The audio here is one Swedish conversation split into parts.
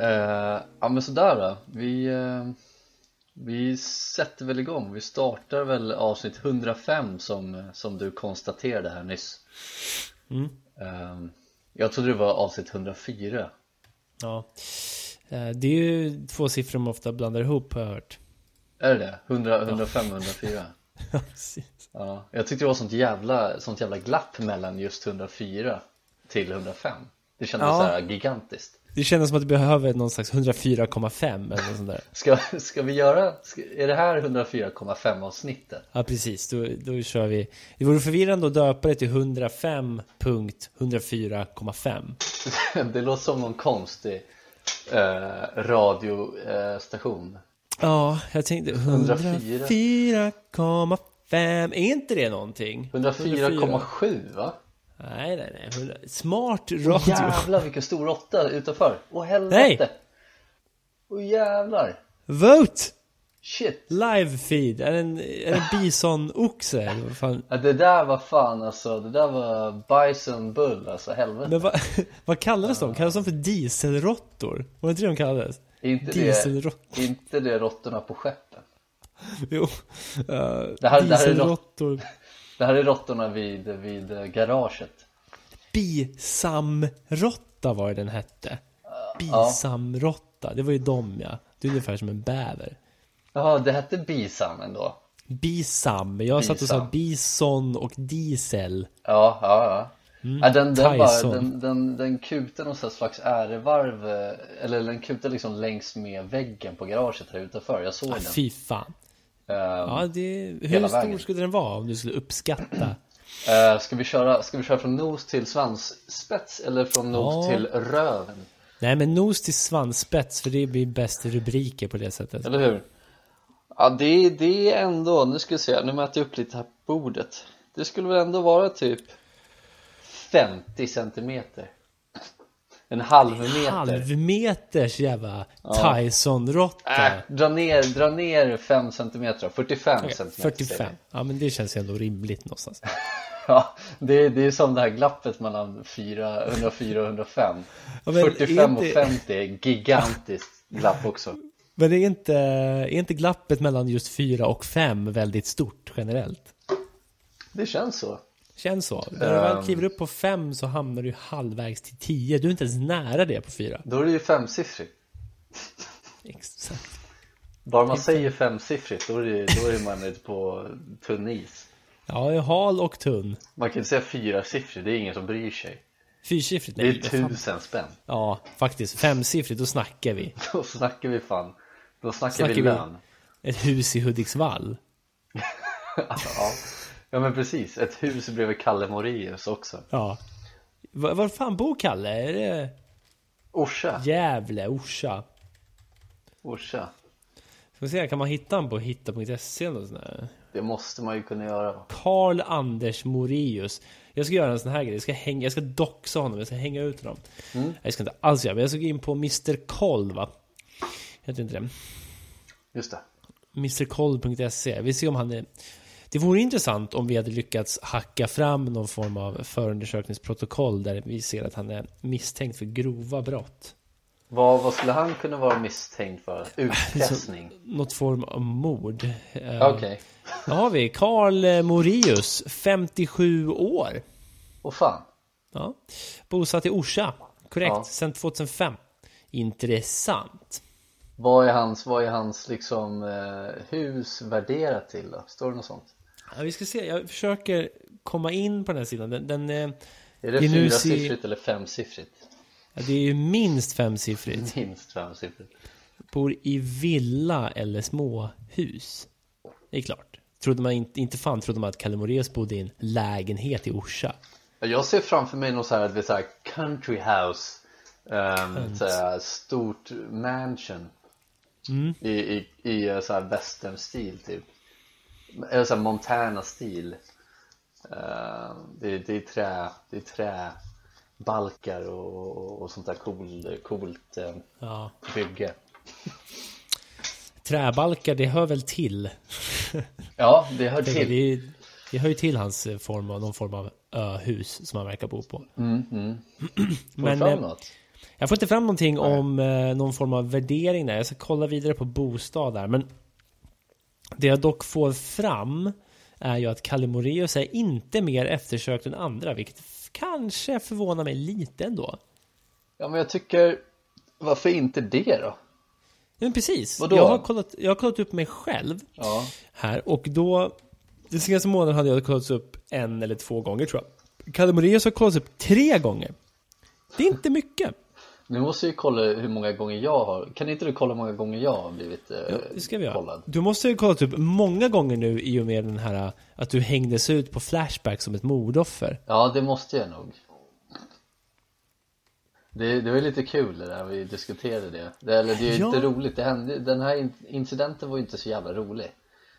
Eh, ja men sådär då. Vi, eh, vi sätter väl igång. Vi startar väl avsnitt 105 som, som du konstaterade här nyss. Mm. Eh, jag trodde det var avsnitt 104. Ja. Eh, Det är ju två siffror man ofta blandar ihop har jag hört. Är det det? 100, 105 104? Ja, precis. Ja. Jag tyckte det var sånt jävla, sånt jävla glapp mellan just 104 till 105. Det kändes Ja. så här gigantiskt. Det känns som att vi behöver någon slags 104,5 eller något sånt där. Ska, ska vi göra, ska, är det här 104,5 avsnittet? Ja, precis. Då, då kör vi. Det vore förvirrande att döpa det till 105.104,5. Det låter som någon konstig eh, radiostation. Ja, jag tänkte 104. 104,5. Är inte det någonting? 104,7 va? Nej, nej, nej. 100 Smart radio. Jävlar vilken stor råtta utanför! Åh helvete! Nej. Åh jävlar! Vote! Shit! Live feed. Är det en, är det en bisonoxe? eller vad fan? Ja, det där var fan alltså, det där var bison bull alltså, helvete! Men vad, vad kallades de? Kallades de för dieselråttor? Var det inte det de kallades? Är inte, det, är Dieselråttor. inte det råttorna på skeppen? Jo. Uh, det här är dieselråttor. Det här är råttorna vid, vid eh, garaget. Bisamråtta var det den hette. Bisamråtta. Det var ju dem ja. Det är ungefär som en bäver. Jaha, det hette bisam ändå? Bisam. Jag satt och Bisam. sa bison och diesel. Ja, ja, ja. ja den, den, bara, Mm. Tyson. den, den, den kutar någon slags ärevarv, eh, eller den kutar liksom längs med väggen på garaget här utanför, jag såg Ah, den. fy fan. Eh, Ja, det, hur Hela stor vägen. skulle den vara om du skulle uppskatta? eh, ska, vi köra, ska vi köra från nos till svansspets eller från nos Ja. till röven? Nej men nos till svansspets för det blir bäst rubriker på det sättet. Eller hur? Ja, det, det är ändå, nu ska vi se, nu mäter jag upp lite här på bordet. Det skulle väl ändå vara typ 50 centimeter. En halv meter. Halvmeters jävla Tyson-råtta. Äh, dra ner, dra ner 5 centimeter 45 Okej, centimeter säger 45. vi. Ja men det känns ju ändå rimligt någonstans. Ja, det, det är som det här glappet mellan 4, 104 och 105 Ja, men är 45 och inte- 50 är gigantiskt glapp också Men är inte, är inte glappet mellan just 4 och 5 väldigt stort generellt? Det känns så Känns så. När du Ehm. väl kliver upp på 5 så hamnar du halvvägs till 10. Du är inte ens nära det på 4. Då är det ju femsiffrigt Exakt. Bara man säger femsiffrigt då är, det, då är man ute på tunn is Ja, jag är hal och tunn. Man kan inte säga fyrasiffrigt, det är ingen som bryr sig Fyrsiffrigt? Det är Nej, vad fan. tusen spänn Ja, faktiskt. Femsiffrigt, då snackar vi. Då snackar vi fan Då snackar, Snackar vi vi- lön Ett hus i Hudiksvall. ja. ja men precis, ett hus bredvid Kalle Moraeus också Ja. Var, var fan bor Kalle? Är det Orsa, Gävle, Orsa? Orsa Ska vi se, kan man hitta honom på hitta.se eller något sånt där? Det måste man ju kunna göra Karl Anders Morius. Jag ska göra en sån här grej. Jag ska, hänga, jag ska doxa honom. Jag ska hänga ut honom. Nej, Jag ska inte alls göra men jag ska gå in på Mr. Koll va? Heter inte det? Just det Mrkoll.se. Vi ser om han är... Det vore intressant om vi hade lyckats hacka fram någon form av förundersökningsprotokoll där vi ser att han är misstänkt för grova brott. Vad, vad skulle han kunna vara misstänkt för? Utpressning? Mm. Något form av mord. Eh, Okej Då har vi Karl Morius, 57 år. Och fan Ja. Bosatt i Orsa, korrekt, Ja. sedan 2005. Intressant. Vad är hans, vad är hans liksom eh, hus värderat till då? Står det något sånt? Ja, vi ska se, jag försöker komma in på den här sidan. Den, den, eh, Är det Det är nu fyrasiffrigt eller femsiffrigt? ja, det är ju minst femsiffrigt. Minst femsiffrigt Bor i villa eller småhus. Det är klart. Trodde man inte, inte fan trodde man att Kalle Moraeus bodde i en lägenhet i Orsa. Ja, Jag ser framför mig något så här, det så här country house um, så här, Stort mansion Mm. I, i, i eh, så här western stil typ Eller så här Montana stil Eh, det, det är trä, det är träbalkar och, och, och sånt där cool, coolt eh, Ja. bygge. Träbalkar, det hör väl till? Ja, det hör Tänker, till. det, det hör ju till hans eh, form av, någon form av öhus som han verkar bo på. Mm, mm. Får du Men, fram eh, något? Jag får inte fram någonting om eh, någon form av värdering där. Jag ska kolla vidare på bostad där. Men det jag dock får fram är ju att Kalle Moraeus är inte mer eftersökt än andra, vilket f- kanske förvånar mig lite ändå. Ja, men jag tycker, varför inte det då? Ja, Men precis, Vadå? jag har, kollat, jag har kollat upp mig själv Ja, här och då Den senaste månaden hade jag kollats upp en eller två gånger tror jag. Kalle Moraeus har kollats upp tre gånger. Det är inte mycket. nu måste jag ju kolla hur många gånger jag har. Kan inte du kolla hur många gånger jag har blivit eh, Ja, det ska vi göra. kollad? Du måste ju kolla upp många gånger nu i och med den här att du hängdes ut på Flashback som ett mordoffer. Ja, det måste jag nog. Det, det var ju lite kul det där, vi diskuterade det. det eller det är ju Ja. inte roligt, det hände, den här in- incidenten var ju inte så jävla rolig.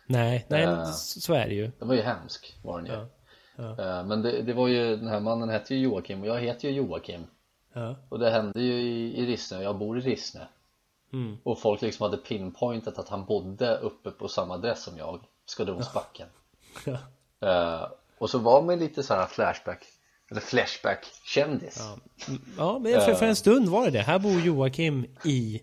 Nej, nej, Ja. s- så är det ju. Den var ju hemsk, var den ju. Eh, Men det, det var ju, den här mannen hette ju Joakim och jag heter ju Joakim. Ja. Och det hände ju i, i Rissne, och jag bor i Rissne. Mm. Och folk liksom hade pinpointat att han bodde uppe på samma adress som jag, Skadronsbacken. Ja. Eh, och så var man lite så här flashback, eller flashback-kändis. Mm, ja, men för, för en stund var det det. Här bor Joakim i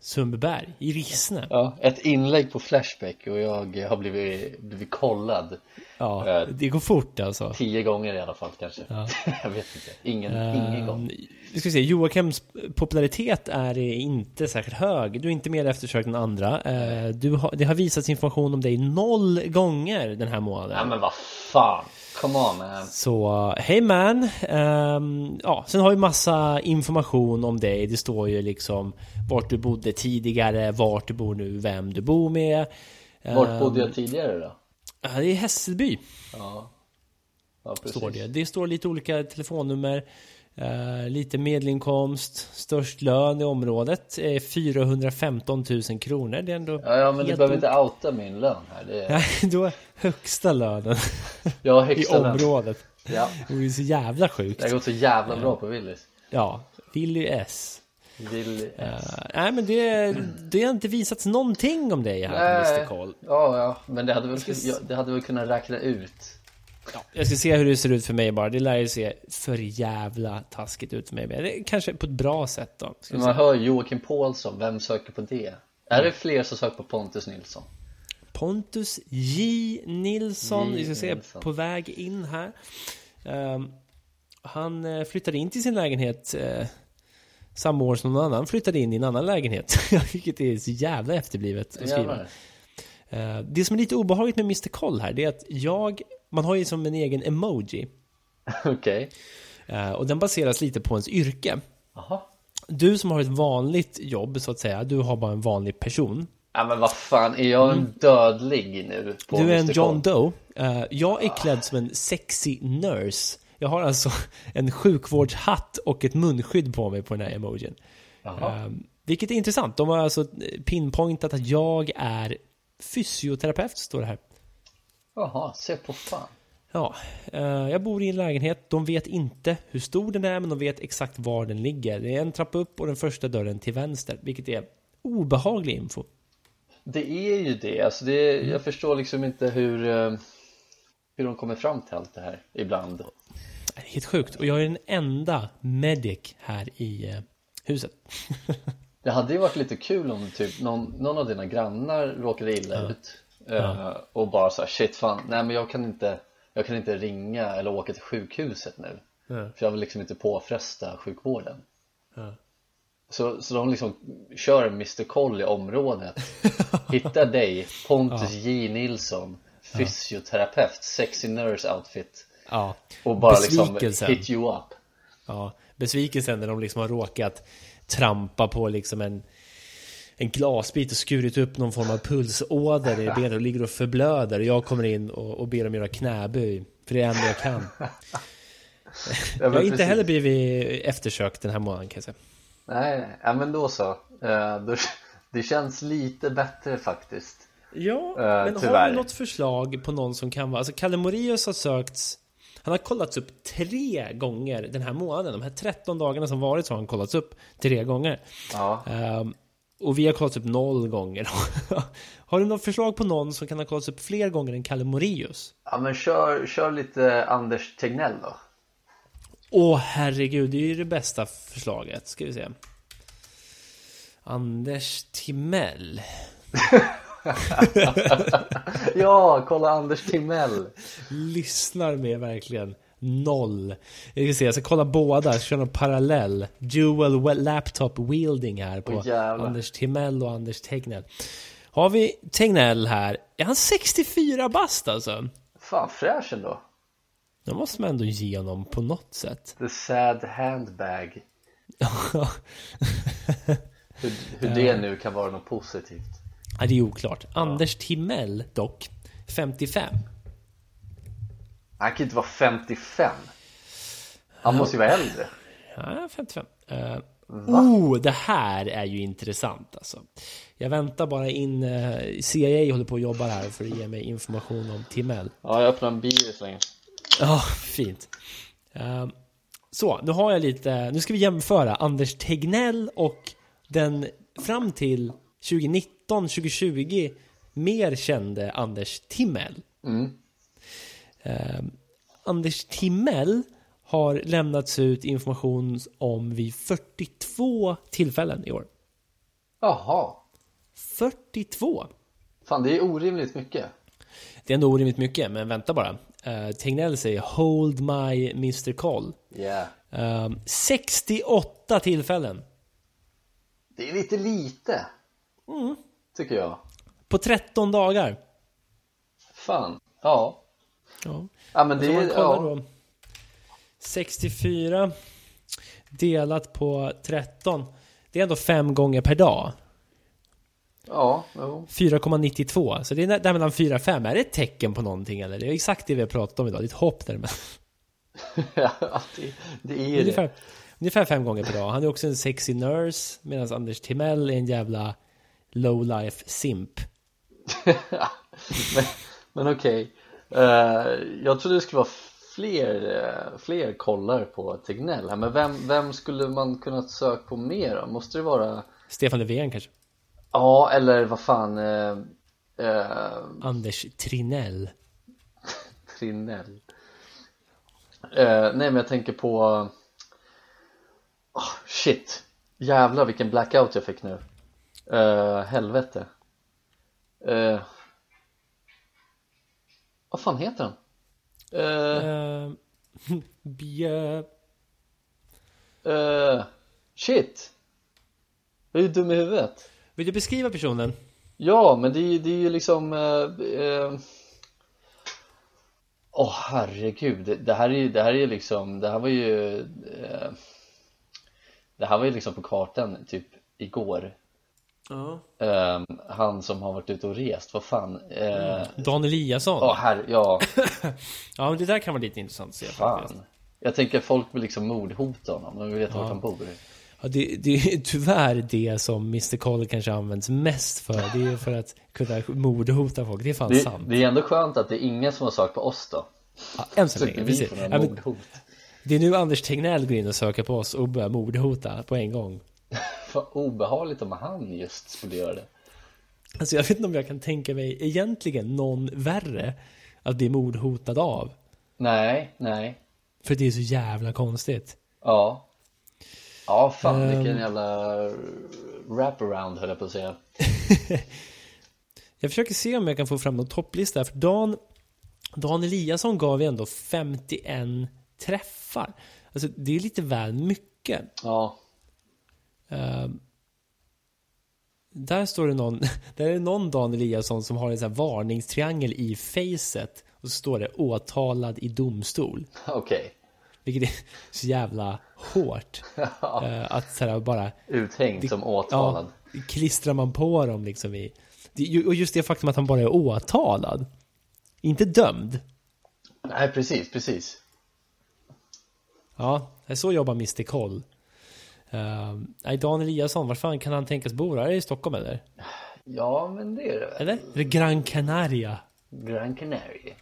Sundbyberg, i Rissne. Ja, ett inlägg på Flashback och jag har blivit, blivit kollad Ja, det går fort alltså. tio gånger i alla fall kanske. jag vet inte, ingen, ingen gång. Mm, Vi ska se, Joakims popularitet är inte särskilt hög. Du är inte mer eftersökt än andra. Eh, Du har, det har visats information om dig noll gånger den här månaden. Ja men vad fan, come on man. Så hej man! Ehm, ja, sen har vi massa information om dig. Det står ju liksom vart du bodde tidigare, vart du bor nu, vem du bor med. Ehm, Vart bodde jag tidigare då? ja, Det är Hässelby, Ja, ja precis. står det. Det står lite olika telefonnummer, eh, lite medelinkomst, störst lön i området, eh, 415 000 kronor. Det är ändå Ja, ja men du helt behöver o- inte outa min lön här. Det är, Nej, du har högsta lönen jag har i högsta lön. området. Ja, Det är så jävla sjukt. det har gått så jävla bra på Willys. Ja, Willy S. Vill... Eh, nej men det, det har inte visats någonting om dig här på Mr. Koll. ja, ja, men det hade, väl, ja, det hade väl kunnat räkna ut. Ja, jag ska se hur det ser ut för mig bara. Det lär ju se för jävla taskigt ut för mig. Men det, kanske på ett bra sätt då. Ska vi Man hör Joakim Paulsson, vem söker på det? Är det fler som söker på Pontus Nilsson? se. Pontus J. Nilsson. J. Vi ska se Nilsson. på väg in här. Ehm, han eh, flyttade in till sin lägenhet eh, samma år som någon annan flyttade in i en annan lägenhet. Vilket är så jävla efterblivet att skriva. Jävlar. Eh, Det som är lite obehagligt med Mr. Koll här, det är att jag, man har ju som en egen emoji. Okej, Eh, Och den baseras lite på ens yrke. jaha Du som har ett vanligt jobb så att säga, du har bara en vanlig person. Ja men vad fan, är jag en dödlig nu? På Mm. Du är en Mr. Kong? John Doe. Eh, Jag är klädd som en sexy nurse. Jag har alltså en sjukvårdshatt och ett munskydd på mig på den här emojin. Jaha. Eh, Vilket är intressant. De har alltså pinpointat att jag är fysioterapeut, står det här. Jaha, se på fan Ja, eh, jag bor i en lägenhet. De vet inte hur stor den är, men de vet exakt var den ligger. Det är en trappa upp och den första dörren till vänster, vilket är obehaglig info. Det är ju det, alltså det Mm. är, jag förstår liksom inte hur eh, Hur de kommer fram till allt det här ibland Det är helt sjukt. Och jag är den enda medic här i eh, huset. Det hade ju varit lite kul om typ någon, någon av dina grannar råkade illa ut eh, Och bara såhär, shit fan, nej men jag kan inte Jag kan inte ringa eller åka till sjukhuset nu För jag vill liksom inte påfresta sjukvården så, så de liksom kör Mr Koll i området Hitta dig, Pontus J Nilsson Fysioterapeut, sexy nurse outfit Ja, Och bara liksom Besvikelsen. hit you up ja. Besvikelsen när de liksom har råkat trampa på liksom en en glasbit och skurit upp någon form av pulsåder i benet och ligger och förblöder. Och jag kommer in och, och ber dem göra knäböj. För det är det enda jag kan. Ja, men Jag har inte precis. heller blivit eftersökt den här månaden kan jag säga. Nej, ja, men då så. Eh, då, det känns lite bättre faktiskt. Ja, Eh, men har tyvärr. du något förslag på någon som kan vara... Alltså Kalle Moraeus har sökts... Han har kollats upp tre gånger den här månaden. De här 13 dagarna som varit så har han kollats upp tre gånger. Ja. Ehm, och vi har kollats upp noll gånger. har du något förslag på någon som kan ha kollats upp fler gånger än Kalle Moraeus? Ja men kör, kör lite Anders Tegnell då Åh herregud, det är ju det bästa förslaget. Ska vi se. Anders Timell. Ja, kolla Anders Timell Lyssnar med verkligen noll. Jag ska se, jag ska kolla båda, jag ska köra någon parallell. Dual we- laptop wielding här på Åh, jävlar. Anders Timell och Anders Tegnell. Har vi Tegnell här? Är han 64 bast alltså? Fan fräsch ändå Då måste man ändå ge honom på något sätt. The sad handbag Hur, hur det nu kan vara något positivt Ja, det är oklart. Anders Timell dock, 55. Han kan ju inte vara 55 Han måste ju vara äldre Ja, 55. Eh, oh, det här är ju intressant alltså. Jag väntar bara in, eh, CIA håller på och jobbar här för att ge mig information om Timell. Ja, jag öppnar en bil så länge Ja, fint. Eh, så, nu har jag lite, nu ska vi jämföra Anders Tegnell och den fram till 2019, 2020 mer kände Anders Timmel. Eh, Anders Timmel har lämnats ut information om vid 42 tillfällen i år. Jaha 42! Fan det är orimligt mycket Det är ändå orimligt mycket, men vänta bara. Eh, Tegnell säger “Hold my Mr. Call”. Yeah. Ehm, 68 tillfällen. Det är lite lite Mm. Tycker jag På 13 dagar. Fan, ja Ja. Ja men Så det man är, kollar ja, då. 64 delat på 13. Det är ändå fem gånger per dag. ja, jo. 4,92. Så det är nä- där mellan 4 och 5. Är det ett tecken på någonting eller? Det är exakt det vi har pratat om idag. Det är ett hopp där. ja det, det är ju det Ungefär, ungefär fem gånger per dag. Han är också en sexy nurse. Medan Anders Timell är en jävla low life simp. Men, men okej Eh, Jag trodde det skulle vara fler, eh, fler kollar på Tegnell här Men vem, vem skulle man kunnat söka på mer då? Måste det vara Stefan Löfven kanske? Ja eller vad fan eh, eh, Anders Trinell. Trinell Eh, Nej men jag tänker på Ah, Shit Jävlar vilken blackout jag fick nu Eh, Helvete Eh, Vad fan heter han? Eh, Uh, Bjö... eh, shit Jag är ju dum i huvudet Vill du beskriva personen? Ja men det är ju, det är ju liksom Åh eh, eh, åh, herregud Det- Det här är ju, det här är ju liksom Det här var ju eh, Det här var ju liksom på kartan typ igår Ja. eh, Han som har varit ute och rest, vad fan eh, Dan Eliasson? Ja, herre, ja, Ja, men det där kan vara lite intressant att se faktiskt. fan Jag tänker folk vill liksom mordhota honom, de vill veta vart han bor Ja, det, det är tyvärr det som Mr. Call kanske används mest för. Det är ju för att kunna mordhota folk. Det är fan det, sant. det är ändå skönt att det är ingen som har sagt på oss då Ja, än så Så inte länge, vi precis. får Ja, några men mordhot det är nu Anders Tegnell går in och söker på oss och börjar mordhota på en gång. Vad obehagligt om han just skulle göra det Alltså jag vet inte om jag kan tänka mig egentligen någon värre att bli mordhotad av. Nej, nej, För det är så jävla konstigt. ja Ja, fan Ehm. vilken jävla wraparound höll jag på att säga Jag försöker se om jag kan få fram någon topplista här, för Dan, Dan Eliasson gav ju ändå 51 träffar. Alltså det är lite väl mycket. Ja, Eh, där står det någon, där är det någon Dan Eliasson som har en sån här varningstriangel i facet och så står det åtalad i domstol. okej Vilket är så jävla hårt. Eh, att så här bara Uthängd som åtalad ja, klistrar man på dem liksom i... Det är ju- Och just det faktum att han bara är åtalad. Inte dömd. Nej, precis, precis Ja, så jobbar Ehm, Mr. Koll. Uh, nej, Dan Eliasson, var fan kan han tänkas bo? då? Är det i Stockholm eller? Ja, men det är det väl. Eller? Är det Gran Canaria? Gran Canaria.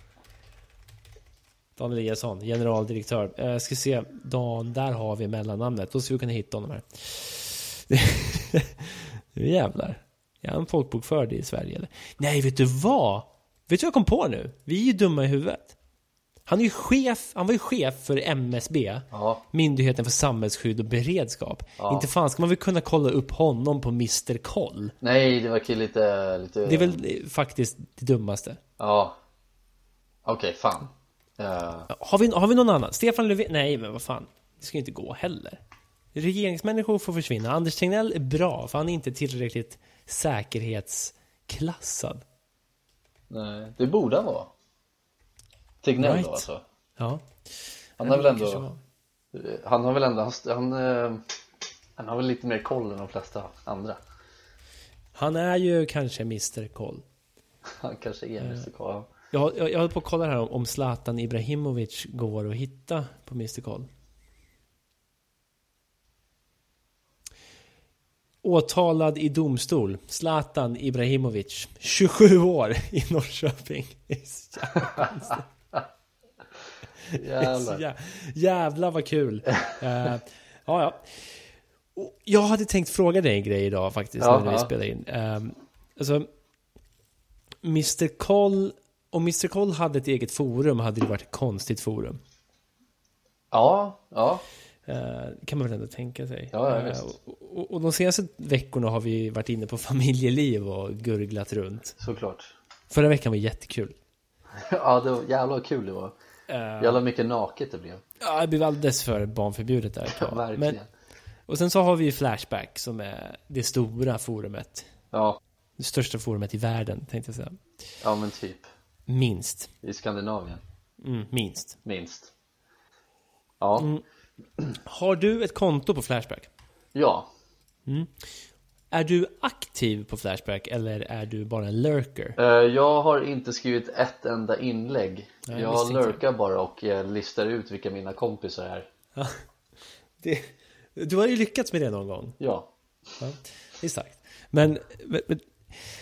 Daniel Eliasson, generaldirektör. Jag ska se, Dan, där har vi mellannamnet. Då ska vi kunna hitta honom här. nu jävlar. Är han folkbokförd i Sverige eller? Nej, vet du vad? Vet du vad jag kom på nu? Vi är ju dumma i huvudet. Han, är ju chef, han var ju chef för MSB, Ja. Myndigheten för samhällsskydd och beredskap. Ja. Inte fan ska man väl kunna kolla upp honom på Mr Koll? Nej, det verkar lite, lite... Det är väl eh, faktiskt det dummaste. Ja. Okej, fan. Eh, Har vi, har vi någon annan? Stefan Löfven? Nej, men vad fan. Det ska ju inte gå heller. Regeringsmänniskor får försvinna. Anders Tegnell är bra, för han är inte tillräckligt säkerhetsklassad. nej, det borde han vara. Tegnell Right. då alltså. Ja. Han har väl kanske ändå, var- han har väl ändå, han, han, eh, han har väl lite mer koll än de flesta andra. Han är ju kanske Mr Koll. Han kanske är Mr. K. Jag, jag, jag höll på att kolla här om, om Zlatan Ibrahimovic går att hitta på Mr Koll. Åtalad i domstol, Zlatan Ibrahimovic, 27 år i Norrköping. Det är så Så Jävlar. Alltså, jä- jävlar vad kul! Eh, ja, ja. Och Jag hade tänkt fråga dig en grej idag faktiskt Ja, när vi ja. spelade in. Um, alltså, Mr. Koll, om Mr. Koll hade ett eget forum hade det varit ett konstigt forum. Ja, ja. Eh, kan man väl ändå tänka sig. Ja, ja, Eh, visst. och, och, och de senaste veckorna har vi varit inne på familjeliv och gurglat runt. Såklart. Förra veckan var jättekul. Ja, det var jävla kul det var. Eh, Jävla mycket naket det blev. ja, det blev alldeles för barnförbjudet där. Ja, verkligen. Och sen så har vi ju Flashback som är det stora forumet. Ja, Det största forumet i världen tänkte jag säga. ja men typ. Minst. I Skandinavien, Mm, minst. minst. Ja, Mm. Har du ett konto på Flashback? ja. Är du aktiv på Flashback eller är du bara en lurker? Eh, Jag har inte skrivit ett enda inlägg. Nej, jag jag visste inte. lurkar bara och eh, listar ut vilka mina kompisar är. Ja, det, du har ju lyckats med det någon gång. Ja, Ja, exakt. Men, men men-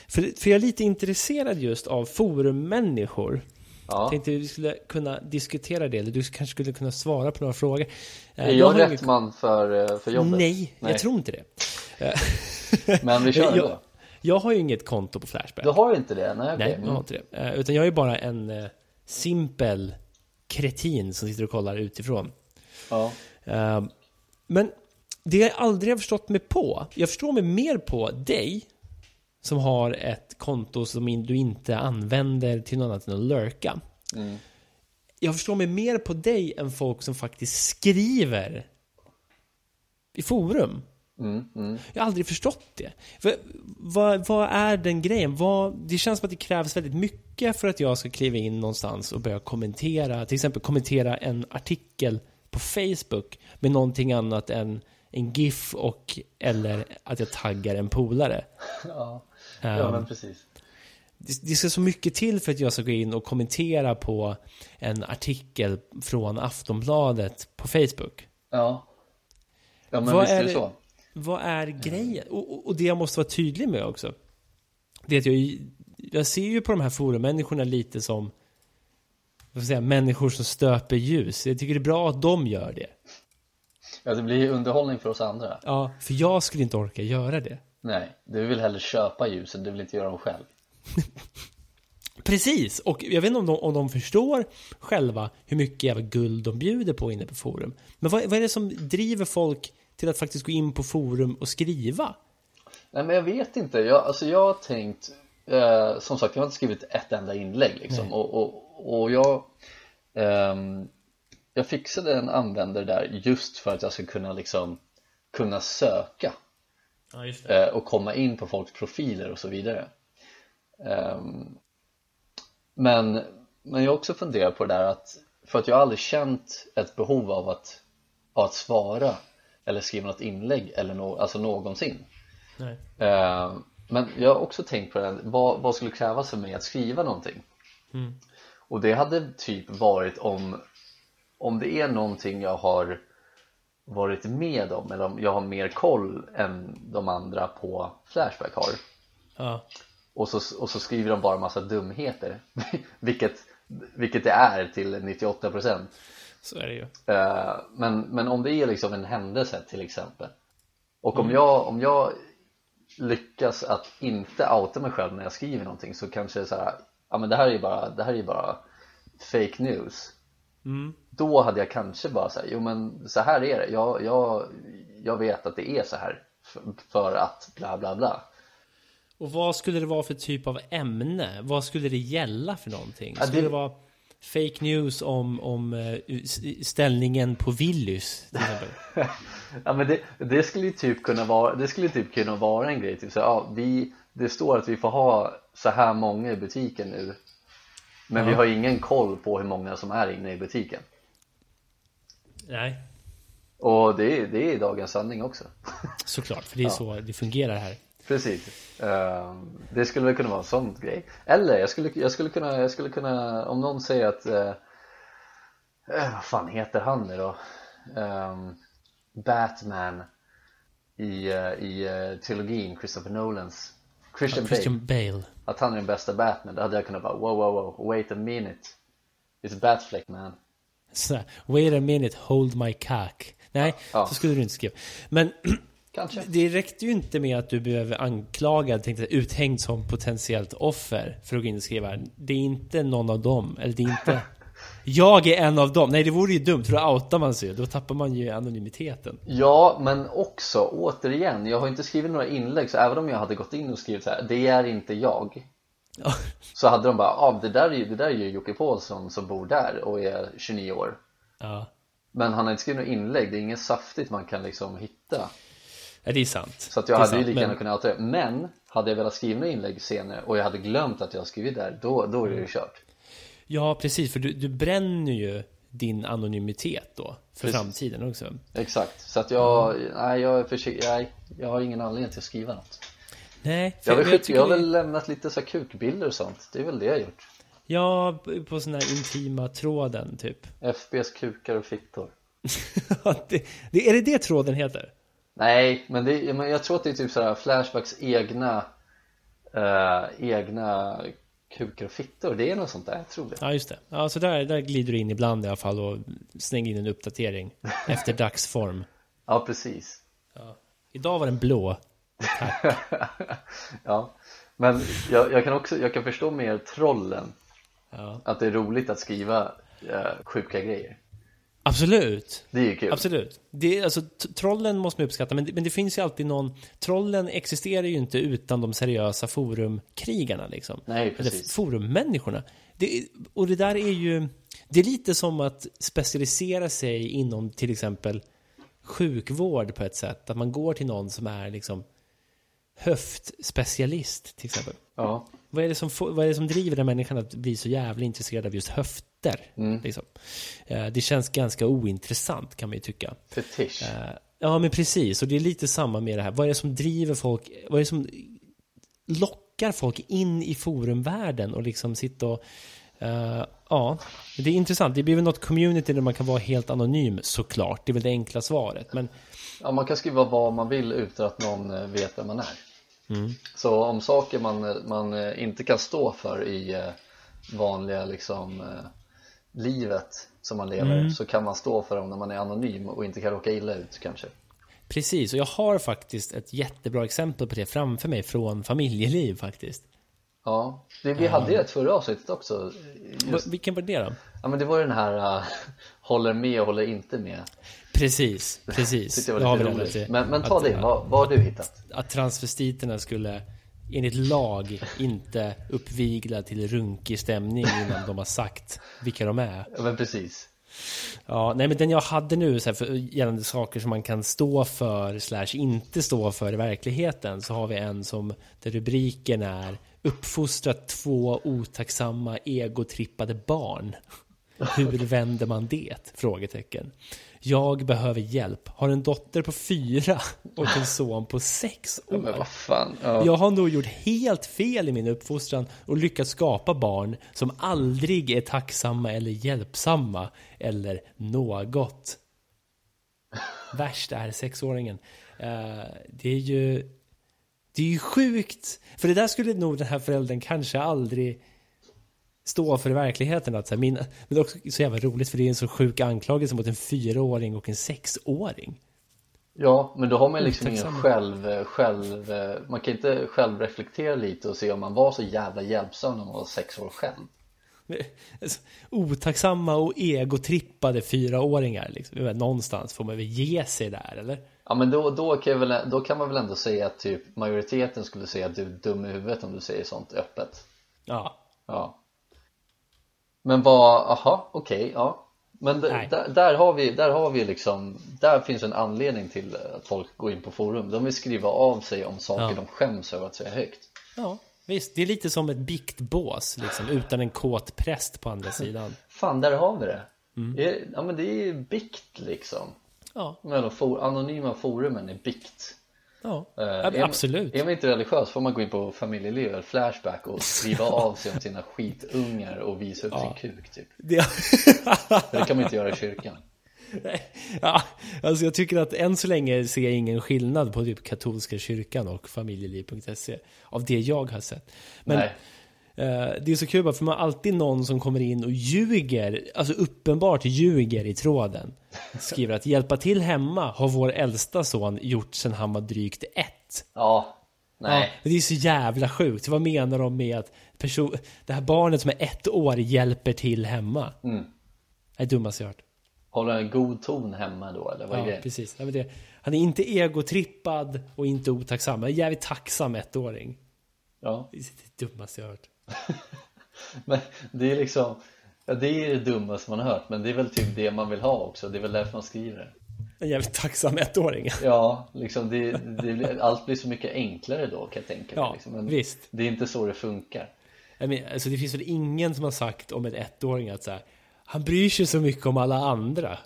för, för jag är lite intresserad just av forummänniskor. ja. Tänkte vi skulle kunna diskutera det, eller du kanske skulle kunna svara på några frågor. Eh, Är har jag ingen- rätt man för, eh, för jobbet? Nej, jag tror inte det. Eh, Men vi kör jag, ändå. jag har ju inget konto på Flashback. Du har inte det? Nej, okej. Nej, jag har Mm. inte det. Eh, Utan jag är bara en eh, simpel kretin som sitter och kollar utifrån. ja. Eh, Men det jag aldrig har förstått mig på, jag förstår mig mer på dig som har ett konto som in- du inte använder till något annat än att lurka. Mm. Jag förstår mig mer på dig än folk som faktiskt skriver i forum. Mm, mm. Jag har aldrig förstått det. För, vad, vad är den grejen? Vad, det känns som att det krävs väldigt mycket för att jag ska kliva in någonstans och börja kommentera. Till exempel kommentera en artikel på Facebook med någonting annat än en GIF och eller att jag taggar en polare. Ja. Ehm, ja, men precis. det, det ska så mycket till för att jag ska gå in och kommentera på en artikel från Aftonbladet på Facebook. Ja. Ja, men Vad visst är är det det- så. Vad är grejen? Och, och- och det jag måste vara tydlig med också. Det är att jag, ju- jag ser ju på de här forummänniskorna lite som vad ska jag säga, människor som stöper ljus. Jag tycker det är bra att de gör det. Ja, det blir ju underhållning för oss andra. Ja, för jag skulle inte orka göra det. Nej, du vill hellre köpa ljusen, du vill inte göra dem själv. Precis, och jag vet inte om de, om de förstår själva hur mycket jävla guld de bjuder på inne på forum. Men vad, vad är det som driver folk till att faktiskt gå in på forum och skriva? Nej men jag vet inte, jag, alltså jag har tänkt eh, Som sagt, jag har inte skrivit ett enda inlägg liksom och, och, och jag ehm, Jag fixade en användare där just för att jag ska kunna liksom Kunna söka Ja, just eh, och komma in på folks profiler och så vidare Ehm, Men, men jag har också funderat på det där att För att jag har aldrig känt ett behov av att, av att svara Eller skriva något inlägg eller nå, alltså någonsin Nej. Eh, Men jag har också tänkt på det här, vad, vad skulle krävas för mig att skriva någonting? Mm. Och det hade typ varit om, om det är någonting jag har varit med om eller om jag har mer koll än de andra på Flashback har Ja. och så, och så skriver de bara massa dumheter vilket, vilket det är till 98% Så är det ju. Eh, men, men om det är liksom en händelse till exempel och om, jag, om jag lyckas att inte outa mig själv när jag skriver någonting så kanske det är så här, ja men det här är ju bara, det här är ju bara fake news Mm. då hade jag kanske bara sagt, jo men så här är det, jag, jag, jag vet att det är så här f- för att bla bla bla Och vad skulle det vara för typ av ämne? Vad skulle det gälla för någonting? Ja, det- Skulle det, vara fake news om, om eh, s- ställningen på Willys? Till exempel? Ja men det, det skulle ju typ kunna vara, det skulle typ kunna vara en grej, typ så här, ja, vi, det står att vi får ha så här många i butiken nu Men vi har ingen koll på hur många som är inne i butiken Nej, Och det, är- det är dagens sanning också såklart. För det är så det fungerar här. Precis Ehm, Det skulle väl kunna vara en sån grej Eller jag skulle, jag skulle, kunna, jag skulle kunna, om någon säger att eh, eh, Vad fan heter han nu då? Ehm, Batman i, eh, i eh, trilogin, Christopher Nolans Christian, Bale Christian Bale. att han är den bästa Batman, då hade jag kunnat bara wow wow wow, wait a minute It's Batfleck man Sådär, Wait a minute, hold my cock. Nej, Ja. så skulle du inte skriva. Men Kanske det räckte ju inte med att du blev anklagad, tänkte jag, uthängd som potentiellt offer för att gå in och skriva. Det är inte någon av dem, eller det är inte... Jag är en av dem. Nej, det vore ju dumt, för då outar man sig ju. Då tappar man ju anonymiteten. Ja, men också återigen, jag har inte skrivit några inlägg så även om jag hade gått in och skrivit så här, det är inte jag Ja, Så hade de bara, ah, det, där är, ju- det där är ju Jocke Paulsson som bor där och är 29 år ja. Men han har inte skrivit några inlägg, det är inget saftigt man kan liksom hitta Ja, det är sant. Så att Det är jag hade ju sant, lika gärna men- kunnat outa det Men, hade jag velat skriva några inlägg senare och jag hade glömt att jag har skrivit där, då, då Mm. är det ju kört Ja, precis. För du, du bränner ju din anonymitet då. För Precis. framtiden också. Exakt, så att jag, Mm. nej jag är försiktig, nej jag har ingen anledning till att skriva något Nej, för Jag har väl, skick, tycker jag har det- väl lämnat lite så här kukbilder och sånt, det är väl det jag har gjort Ja, på sån här intima tråden typ. FBs kukar och fittor Ja, det, det, är det det tråden heter? Nej, men, det, men jag tror att det är typ så här Flashbacks egna eh, egna kukar och fittor, det är något sånt där, jag tror det Ja, just det. Ja, så där, där glider du in ibland i alla fall och slänger in en uppdatering efter dagsform. Ja, precis Idag var den blå. Ja, men jag, jag kan också, jag kan förstå mer trollen Ja. Att det är roligt att skriva eh, sjuka grejer Absolut. Det är ju kul Absolut. Det, är- alltså, t- trollen måste man uppskatta, men det, men det finns ju alltid någon... Trollen existerar ju inte utan de seriösa forumkrigarna. Liksom. Nej, Eller precis. forummänniskorna. Det, är- och det där är ju... Det är lite som att specialisera sig inom till exempel sjukvård på ett sätt. Att man går till någon som är liksom höftspecialist till exempel. Ja, Vad är, det som, får- vad är det som driver den människan att bli så jävla intresserad av just höfter? Mm. Liksom? Eh, Det känns ganska ointressant kan man ju tycka. fetisch Eh, Ja men precis, och det är lite samma med det här. Vad är det som driver folk, vad är det som lockar folk in i forumvärlden och liksom sitta och eh, Ja, det är intressant. Det blir väl något community där man kan vara helt anonym såklart. Det är väl det enkla svaret. Men Ja, man kan skriva vad man vill utan att någon eh, vet vem man är Mm. Så om saker man, eh, man eh, inte kan stå för i eh, vanliga liksom, eh, livet som man lever så kan man stå för dem när man är anonym och inte kan råka illa ut kanske precis, och jag har faktiskt ett jättebra exempel på det framför mig från familjeliv faktiskt. Ja, det, vi hade ju ett förra avsnittet också Just, Va- Vilken var det då? ja, men Det var ju den här eh, håller med och håller inte med Precis, precis. Tyckte jag Då var har vi lite lämnat roligt det. men, men ta att, det, vad, vad har du hittat? Att transvestiterna skulle enligt lag inte uppvigla till runkig stämning innan de har sagt vilka de är. Ja, men precis Ja, nej men den jag hade nu så här, för, gällande saker som man kan stå för slash inte stå för i verkligheten så har vi en som där rubriken är Uppfostra två otacksamma egotrippade barn. Hur vänder man det? Frågetecken. Jag behöver hjälp. Har en dotter på fyra och en son på sex ja, Men år. vad fan ja. Jag har nog gjort helt fel i min uppfostran och lyckats skapa barn som aldrig är tacksamma eller hjälpsamma eller något. Värst är sexåringen. Eh, det är ju... Det är ju sjukt! För det där skulle nog den här föräldern kanske aldrig stå för i verkligheten. Att så här, min, men det är också så jävla roligt för det är en så sjuk anklagelse mot en fyraåring och en sexåring. Ja, men då har man liksom ingen Otacksam. själv, själv, eh, man kan inte själv reflektera lite och se om man var så jävla hjälpsam när man var sex år själv. Men, alltså, Otacksamma och egotrippade fyraåringar. Liksom. Jag vet, Någonstans får man väl ge sig där eller? Ja men då, då, kan jag väl, då kan man väl ändå säga att typ majoriteten skulle säga att du är dum i huvudet om du säger sånt öppet. Ja. Ja. Men vad, aha, okej, ja. Men d- Nej. där, där har vi, där har vi liksom, där finns en anledning till att folk går in på forum. De vill skriva av sig om saker Ja. de skäms över att säga högt. ja, visst. Det är lite som ett biktbås liksom, utan en kåt präst på andra sidan. Fan, där har vi det. Mm. Det- Ja men det är ju bikt liksom. Ja, Men de for, anonyma forumen är bikt. ja. Eh, ja är- absolut. Är man inte religiös får man gå in på familjeliv eller Flashback och skriva av sig om sina skitungar och visa upp sin kuk typ. Det... Det kan man inte göra i kyrkan. ja, alltså jag tycker att än så länge ser jag ingen skillnad på typ katolska kyrkan och familjeliv.se E, av det jag har sett. Men Nej. eh, det är så kul bara för man har alltid någon som kommer in och ljuger, alltså uppenbart ljuger i tråden. Skriver att hjälpa till hemma har vår äldsta son gjort sedan han var drygt ett. Ja. Nej. Ja, det är så jävla sjukt. Vad menar de med att person, det här barnet som är ett år hjälper till hemma? Mm. Det är det dummaste jag hört. Hålla en god ton hemma då eller vad är Ja, det? precis. Ja, men det. Han är inte egotrippad och inte otacksam. Han är jävligt tacksam ettåring. Ja. Det är det dummaste jag hört. Men det är liksom, ja, det är det dummaste man har hört men det är väl typ det man vill ha också. Det är väl därför man skriver det. En jävligt tacksam ettåring. Ja, liksom det, det, blir- allt blir så mycket enklare då kan jag tänka mig. Ja, liksom. Men visst. Det är inte så det funkar. Jag menar, alltså, det finns väl ingen som har sagt om en ettåring att så här, han bryr sig så mycket om alla andra.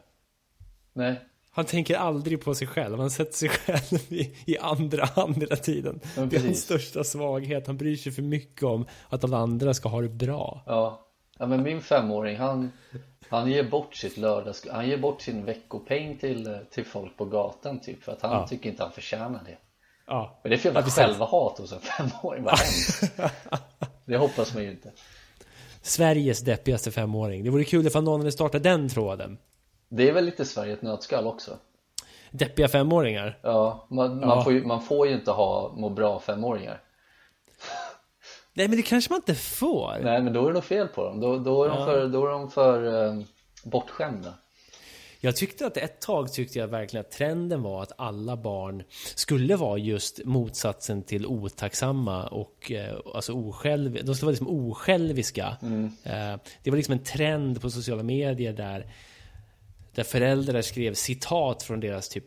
Nej. Han tänker aldrig på sig själv. Han sätter sig själv i, i andra hand hela tiden. men det är hans precis. största svaghet. Han bryr sig för mycket om att alla andra ska ha det bra. Ja, ja men min femåring han, han ger bort sitt lördags, han ger bort sin veckopeng till, till folk på gatan typ för att han Ja. tycker inte han förtjänar det Ja. Men det är för jävla Ja, precis. självhat hos en femåring, vad hemskt Det hoppas man ju inte Sveriges deppigaste femåring. Det vore kul ifall någon hade startat den tråden. Det är väl lite Sverige i ett nötskal också Deppiga femåringar. Ja, man, man, Ja. Får ju, man får ju inte ha må bra femåringar Nej men det kanske man inte får. Nej men då är det något fel på dem, då, då är de för, då är de för eh, bortskämda Jag tyckte att ett tag tyckte jag verkligen att trenden var att alla barn skulle vara just motsatsen till otacksamma och eh, alltså osjälv, de skulle vara liksom osjälviska. Eh, det var liksom en trend på sociala medier där, där föräldrar skrev citat från deras typ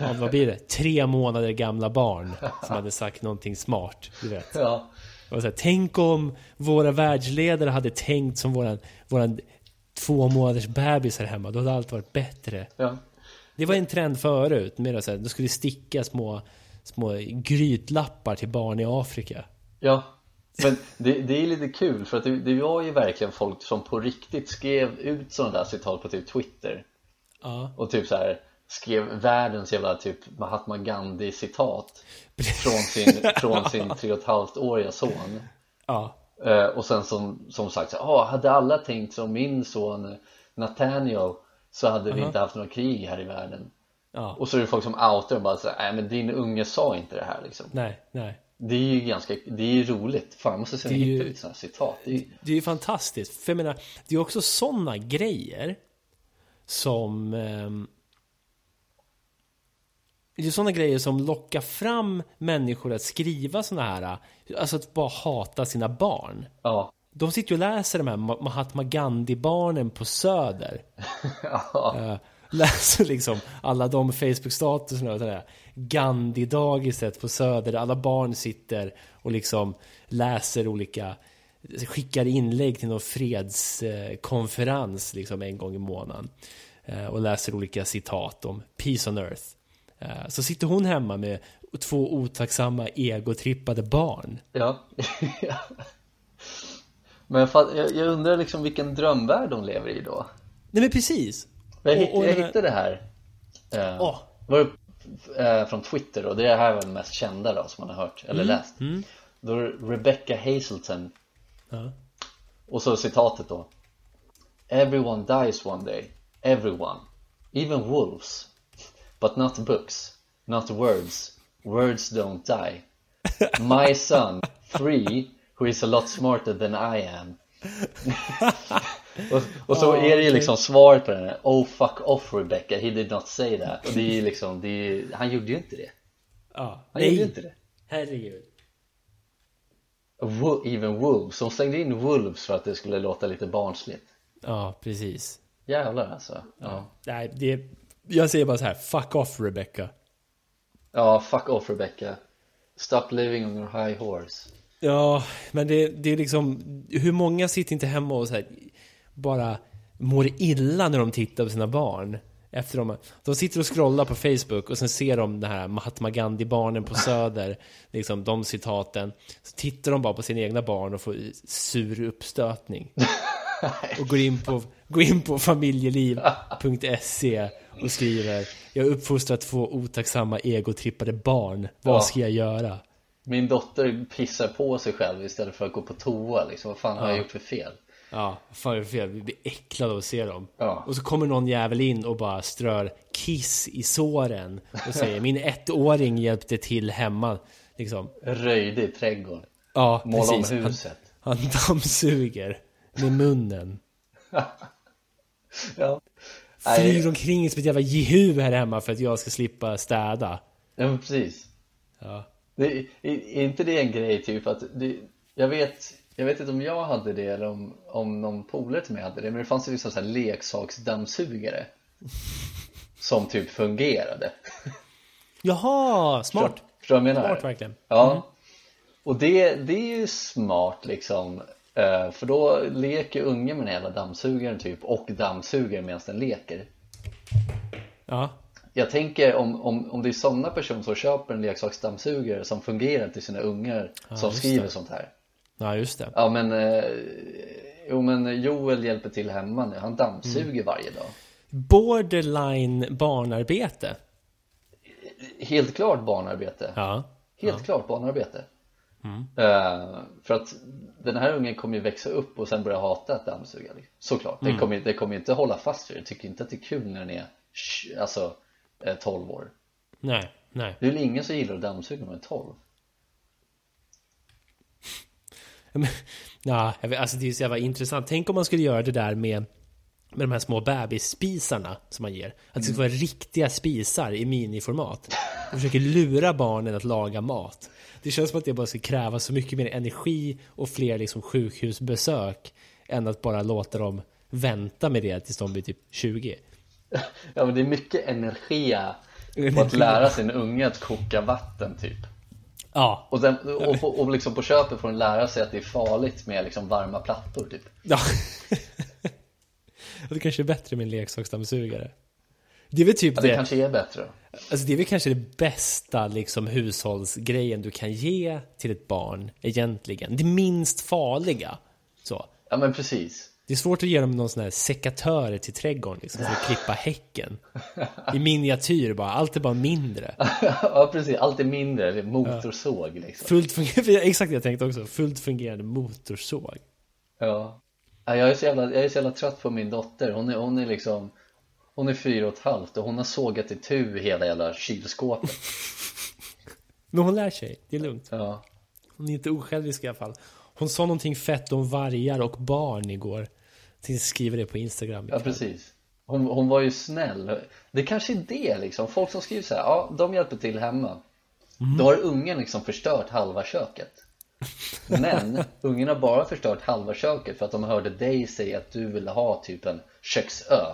ja, vad blir det? Tre månader gamla barn som hade sagt någonting smart. Du vet. Ja, Det var så här, tänk om våra världsledare hade tänkt som våran, våran två månaders bebis här hemma. Då hade allt varit bättre. ja Det var en trend förut. Med så här, då skulle det sticka små, små grytlappar till barn i Afrika. Ja, men det, det är lite kul för att det, det var ju verkligen folk som på riktigt skrev ut sådana där citat på typ Twitter Ja, och typ så här skrev världens jävla typ Mahatma Gandhi citat från sin, från sin tre och ett halvt åriga son ja, Eh, och sen som, som sagt, så, ah, hade alla tänkt som min son Nathaniel så hade vi inte haft några krig här i världen ja. och så är det folk som outar och bara så här, nej men din unge sa inte det här liksom Nej, nej. det är ju ganska, det är ju roligt. Fan jag måste se om jag Det är hittar ju- lite sådana här citat. Det är, Det är ju fantastiskt. För jag menar, det är också sådana grejer som... ehm, det är sådana grejer som lockar fram människor att skriva sådana här, alltså att bara hata sina barn. ja. De sitter ju och läser de här Ma- Mahatma Gandhi-barnen på Söder. ja. Eh, läser liksom alla de Facebook-statuserna och sådär. Gandhi-dagiset på Söder där alla barn sitter och liksom läser olika skickar inlägg till någon fredskonferens liksom en gång i månaden Eh, och läser olika citat om Peace on Earth. Eh, Så sitter hon hemma med två otacksamma egotrippade barn. ja. Men fan, jag, jag undrar liksom vilken drömvärld de lever i då. Nej men precis! Jag, Och- hitt, och jag den här- hittade det här. Eh, Åh. Var det eh, från Twitter och det här var den mest kända då som man har hört eller läst Då är det Rebecca Hazelton Ja. och så citatet då Everyone dies one day, everyone, even wolves But not books, not words, words don't die My son, three, who is a lot smarter than I am och, och så är det ju liksom svaret på den här Oh fuck off Rebecca, he did not say that Och det är ju liksom, det är, ju- han gjorde ju inte det ja. Han gjorde ju inte det Herregud. Wo- Even Wolves, de slängde in Wolves för att det skulle låta lite barnsligt Ja, precis. Jävlar alltså Ja, Nej, det... Jag säger bara så här, fuck off Rebecca. ja fuck off Rebecca Stop living on your high horse Ja, men det, det är liksom Hur många sitter inte hemma och så här, bara mår illa när de tittar på sina barn? Efter de, de sitter och scrollar på Facebook och sen ser de det här Mahatma Gandhi-barnen på Söder, liksom de citaten. Så tittar de bara på sina egna barn och får sur uppstötning. Och går in på, går in på familjeliv.se E och skriver Jag har uppfostrat två otacksamma egotrippade barn. Vad Ja. ska jag göra? Min dotter pissar på sig själv istället för att gå på toa liksom, vad fan har jag gjort för fel? Ja, fan är det fel? Vi blir äcklade av att se dem. Ja. Och så kommer någon jävel in och bara strör kiss i såren och säger min ettåring hjälpte till hemma. Liksom. Röjde i trädgården, Ja, måla om precis. Han, huset han dammsuger med munnen. Ja, Nej, Flyr omkring som ett jävla jehu här hemma för att jag ska slippa städa. ja men precis Ja. Det, är- är inte det en grej typ att det, jag, vet, jag vet inte om jag hade det eller om, om någon polare till mig hade det men det fanns ju liksom så här leksaksdammsugare som typ fungerade Jaha, smart. Förstår du vad jag menar? Smart verkligen. Mm. Ja Och det, det är ju smart liksom eh, För då leker ungen med den hela dammsugaren typ och dammsugaren medan den leker Ja. Jag tänker om, om, om det är sådana personer som köper en leksaksdammsugare som fungerar till sina ungar som just skriver det. sånt här ja, just det. Ja men, eh, jo men Joel hjälper till hemma nu, han dammsuger Mm. varje dag Borderline barnarbete. Helt klart barnarbete, Ja. Mm. helt klart barnarbete Eh, För att den här ungen kommer ju växa upp och sen börja hata att dammsuga liksom. Såklart, Mm. den kommer ju den kommer ju inte hålla fast vid det, tycker inte att det är kul när den är sh- alltså, eh, 12 år Nej, nej. Det är väl ingen som gillar att dammsuga när man är 12? Men, Ja, jag vet, alltså det är så jävla intressant. Tänk om man skulle göra det där med, med de här små bebisspisarna som man ger. Att det Mm. skulle vara riktiga spisar i miniformat. Och försöker lura barnen att laga mat. Det känns som att det bara ska kräva så mycket mer energi och fler liksom sjukhusbesök än att bara låta dem vänta med det tills de blir typ 20. Ja men det är mycket energi på att lära sin unge att koka vatten typ Ja, Och, den, och, på, och liksom på köpet får den lära sig att det är farligt med liksom varma plattor typ Ja. det kanske är bättre med en leksaksdammsugare. Det är väl typ ja, det, det. kanske är bättre då. Alltså det är väl kanske det bästa liksom, hushållsgrejen du kan ge till ett barn egentligen. Det minst farliga. Så. Ja men precis Det är svårt att ge dem någon sån här sekatör till trädgården liksom, för att klippa häcken. I miniatyr bara, allt är bara mindre. Ja precis, allt är mindre, det är motorsåg liksom Fullt fungerande, exakt det jag tänkte också, fullt fungerande motorsåg. Ja Ja, jag är, så jävla, jag är så jävla trött på min dotter, hon är, hon är liksom Hon är fyra och ett halvt och hon har sågat i hela jävla kylskåpet Men hon lär sig, det är lugnt. Ja, Hon är inte osjälvisk i alla fall. Hon sa någonting fett om vargar och barn igår. Jag skriver det på Instagram. ja precis hon, hon var ju snäll Det kanske är det liksom, folk som skriver så här, ja de hjälper till hemma Mhm. Då har ungen liksom förstört halva köket Men ungen har bara förstört halva köket för att de hörde dig säga att du ville ha typ en köksö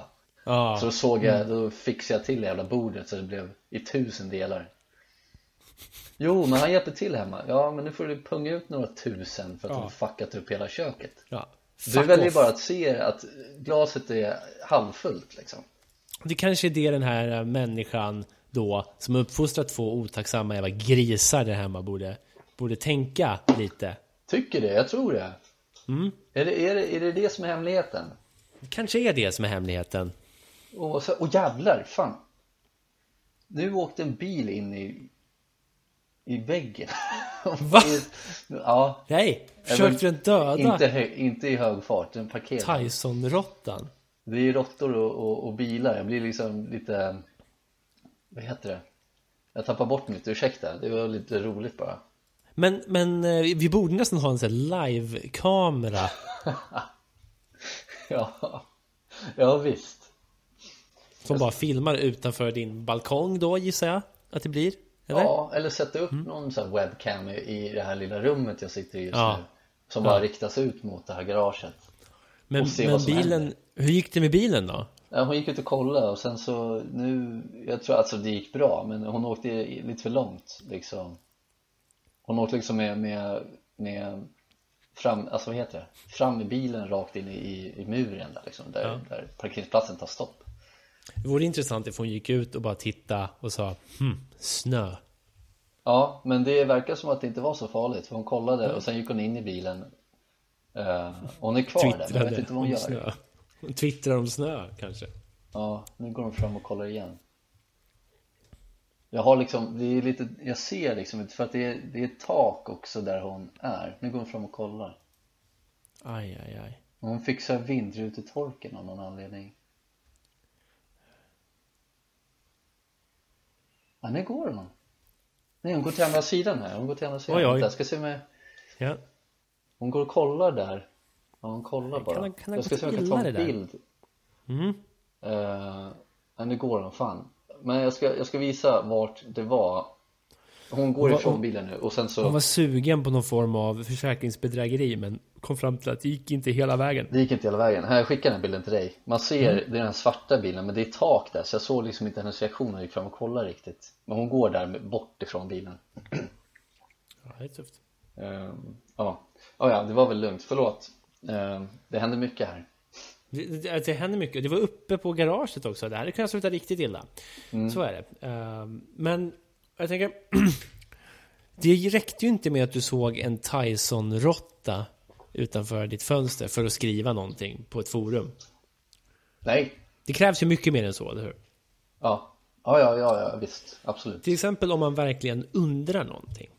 Ja. Mm. Så då såg jag, då fixade jag till det jävla bordet så det blev i tusen delar Jo men han hjälper till hemma, ja men nu får du punga ut några tusen för att Ja. du har fuckat upp hela köket ja. Du Fuck väljer off. bara att se att glaset är halvfullt liksom Det kanske är det den här eh, människan då som uppfostrat två otacksamma jävla grisar där hemma borde, borde tänka lite. Tycker det, jag tror det Mm. är, det, är, det är det det som är hemligheten? Det kanske är det som är hemligheten. Och, så, och jävlar, fan Nu åkte en bil in i, i väggen. Va? ja, Nej! men Försökte den döda inte, hö, inte i hög fart, en parkerad. Tyson-råttan? Det är ju råttor och, och, och bilar, jag blir liksom lite, vad heter det? Jag tappar bort mitt, ursäkta, det var lite roligt bara. Men, men eh, vi borde nästan ha en sån här live-kamera Ja, ja visst. som bara filmar utanför din balkong då gissar jag att det blir? Eller? Ja, eller sätta upp Mm. någon sån här webcam i, i det här lilla rummet jag sitter i just Ja. nu. Som bara riktas ut mot det här garaget. men och se men vad som bilen, händer. hur gick det med bilen då? Ja, hon gick ut och kollade och sen så nu, jag tror alltså det gick bra men hon åkte i- lite för långt liksom Hon åkte liksom med, med, med fram, alltså vad heter det? Fram i bilen rakt in i, i, i muren där liksom, där, där parkeringsplatsen tar stopp Det vore intressant ifall hon gick ut och bara tittade och sa hm, snö. Ja, men det verkar som att det inte var så farligt för hon kollade och sen gick hon in i bilen Eh, och Hon är kvar där men jag vet Twittrade inte vad hon om gör snö. Hon twittrar om snö kanske. Ja, nu går de fram och kollar igen Jag har liksom, det är lite, jag ser liksom inte för att det är, det är ett tak också där hon är Nu går hon fram och kollar Aj, aj, aj. Och Hon fixar vindrutetorken av någon anledning Ja, nu går hon Nej, hon går till andra sidan här, hon går till andra sidan Oj, oj. Vänta, Jag ska se om jag, Ja. hon går och kollar där Ja, hon kollar bara ha- kan ha Jag ska gått se om jag kan illa ta det en där? bild Mm. Uh, men det går den fan. Men jag ska, jag ska visa vart det var. Hon går Vad- ifrån hon- bilen nu och sen så. Hon var sugen på någon form av försäkringsbedrägeri men kom fram till att det gick inte hela vägen. Det gick inte hela vägen. Här, jag skickar den här bilden till dig. Man ser, Mm. det är den här svarta bilen men det är tak där så jag såg liksom inte hennes reaktion när jag gick fram och kollade riktigt. Men hon går där med- bort ifrån bilen. Ja, det är tufft. Ehm, Ja, Ja, ja, det var väl lugnt. Förlåt. Ehm, Det händer mycket här. Det, det, det händer mycket. Det var uppe på garaget också. Det här kunde sluta riktigt illa. Mm. Så är det. Ehm, Men jag tänker... Det räckte ju inte med att du såg en Tyson-råtta utanför ditt fönster för att skriva någonting på ett forum. Nej. Det krävs ju mycket mer än så, eller hur? Ja, ja, ja, ja, ja visst. Absolut. Till exempel om man verkligen undrar någonting.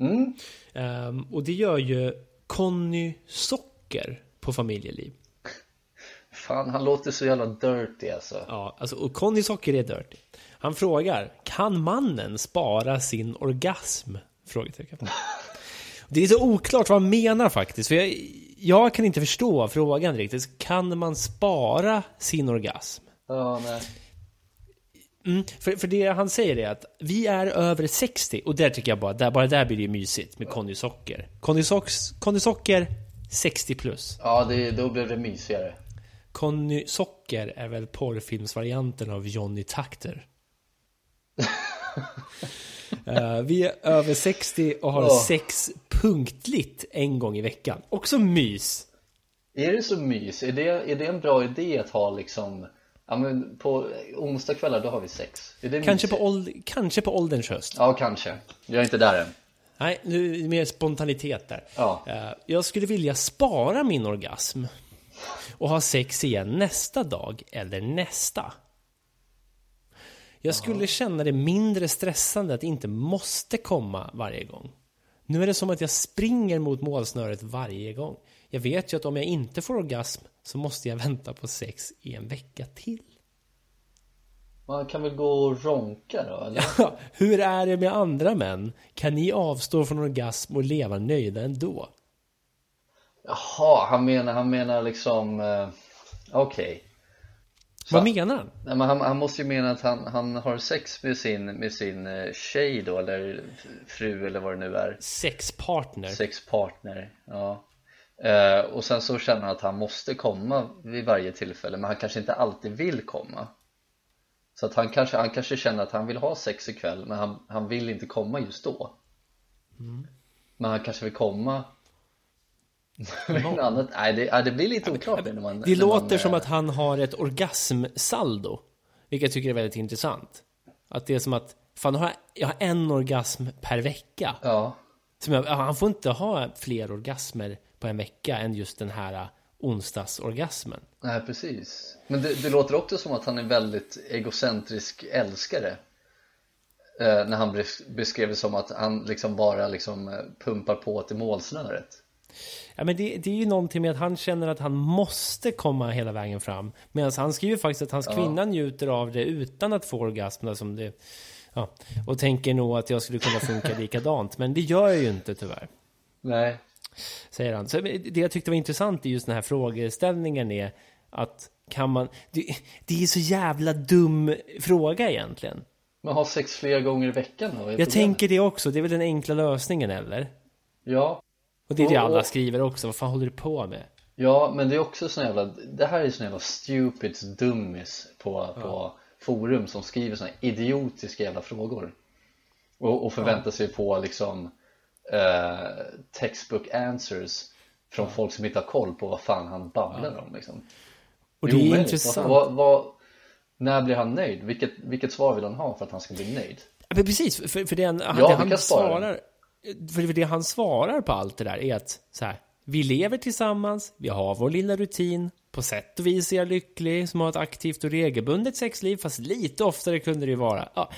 Mm. Ehm, och det gör ju Conny Socker på familjeliv. Fan, han låter så jävla dirty alltså. Ja, alltså, och Conny Socker är dirty. Han frågar, kan mannen spara sin orgasm? Frågetecken. Det är så oklart vad han menar faktiskt. För jag, jag kan inte förstå frågan riktigt. Kan man spara sin orgasm? Ja, nej. Mm, för, för det han säger är att vi är över 60 och där tycker jag bara, där, bara där blir det mysigt med Conny Socker. Conny, Sox, Conny Socker 60 plus. Ja, det, då blev det mysigare. Conny Socker är väl porrfilmsvarianten av Johnny Takter. Eh, vi är över 60 och har Åh. sex punktligt en gång i veckan. Också mys. Är det så mys? Är det, är det en bra idé att ha liksom Ja men på onsdagskvällar då har vi sex är det Kanske på, mysigt? åld- kanske på ålderns höst. Ja kanske, jag är inte där än Nej, nu är det mer spontanitet där. Ja. Eh, jag skulle vilja spara min orgasm och ha sex igen nästa dag eller nästa. Jag skulle känna det mindre stressande att inte måste komma varje gång. Nu är det som att jag springer mot målsnöret varje gång. Jag vet ju att om jag inte får orgasm så måste jag vänta på sex i en vecka till. Man kan väl gå och ronka då eller? Ja, Hur är det med andra män? Kan ni avstå från orgasm och leva nöjda ändå? Jaha, han menar, han menar liksom eh, Okej Vad menar han? Nej men han, han måste ju mena att han, han har sex med sin, med sin eh, tjej då eller fru eller vad det nu är sexpartner. Sexpartner, ja Eh, Och sen så känner han att han måste komma vid varje tillfälle men han kanske inte alltid vill komma Så att han kanske, han kanske känner att han vill ha sex ikväll men han, han vill inte komma just då Mm. Men han kanske vill komma med något annat, nej det, nej, det blir lite oklart när man det när man, låter som eh, att han har ett orgasmsaldo, vilket jag tycker är väldigt intressant. Att det är som att, fan har jag, jag har en orgasm per vecka. Ja, Som jag, han får inte ha fler orgasmer på en vecka än just den här onsdagsorgasmen. Nej, precis. Men det, det låter också som att han är väldigt egocentrisk älskare. Eh, när han bes- beskrev det som att han liksom bara liksom eh, pumpar på till målsnöret. Ja, men det, det är ju någonting med att han känner att han måste komma hela vägen fram. Medan han skriver faktiskt att hans kvinna njuter av det utan att få orgasm. Som det, ja, och tänker nog att jag skulle kunna funka likadant. Men det gör jag ju inte tyvärr. Nej, säger han. Så det jag tyckte var intressant i just den här frågeställningen är att kan man... Det, det är så jävla dum fråga egentligen. men ha sex flera gånger i veckan då? är Jag problemet. tänker det också, det är väl den enkla lösningen eller? Ja, Och det är det Och- alla skriver också, vad fan håller du på med? Ja, men det är också sån jävla, det här är sån jävla stupid dummies på, på forum som skriver såna idiotiska jävla frågor och, och förväntar sig på liksom eh, textbook answers från folk som inte har koll på vad fan han babblar om liksom. Och är det är omöjligt. intressant. Vad, vad, vad, när blir han nöjd? Vilket, vilket svar vill han ha för att han ska bli nöjd? Ja, Men precis, för- för, för det han, Ja, det vi han kan spara svarar... För för det han svarar på allt det där är att så här, vi lever tillsammans, vi har vår lilla rutin, på sätt och vis är jag lycklig som har ett aktivt och regelbundet sexliv, fast lite oftare kunde det ju vara. Ja.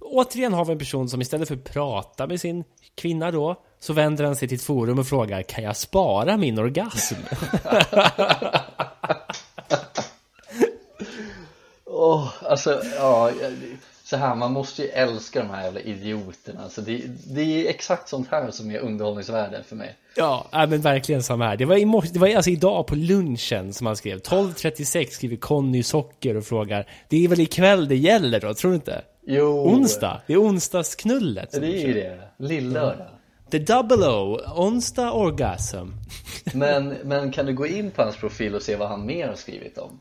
Återigen har vi en person som istället för att prata med sin kvinna då, så vänder han sig till ett forum och frågar kan jag spara min orgasm? Åh, alltså, ja, jag- så här, man måste ju älska de här jävla idioterna. Alltså, det, det är exakt sånt här som är underhållningsvärde för mig. Ja, ja, men verkligen samma här. Det var, i morse, det var alltså idag på lunchen som han skrev. 12.36 skriver Conny Socker och frågar. Det är väl ikväll det gäller då, tror du inte? Jo, Onsdag? Det är onsdagsknullet. som det vi Oh. är kör. ju det. Lillördag. The double O, onsdag orgasm. Men, men kan du gå in på hans profil och se vad han mer har skrivit om?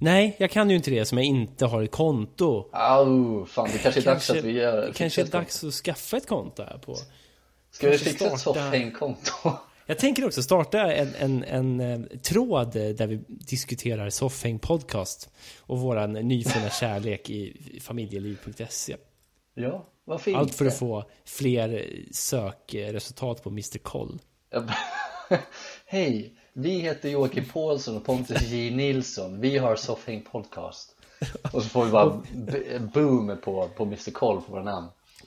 Nej, jag kan ju inte det som jag inte har ett konto. Au, fan det kanske är dags att vi gör kanske är fixar ett dags att skaffa ett konto här på. Ska vi kanske fixa ett starta- soffhängkonto? Jag tänker också starta en, en, en eh, tråd eh, där vi diskuterar Soffhäng Podcast och våran nyfunna kärlek i familjeliv.se. Ja, varför inte? Allt för att få fler sökresultat på Mr. Koll. Hej, vi heter Joakim Paulsson och Pontus J Nilsson. Vi har Soffhäng Podcast. Och så får vi bara b- boom på, på Mr. Koll på våra namn.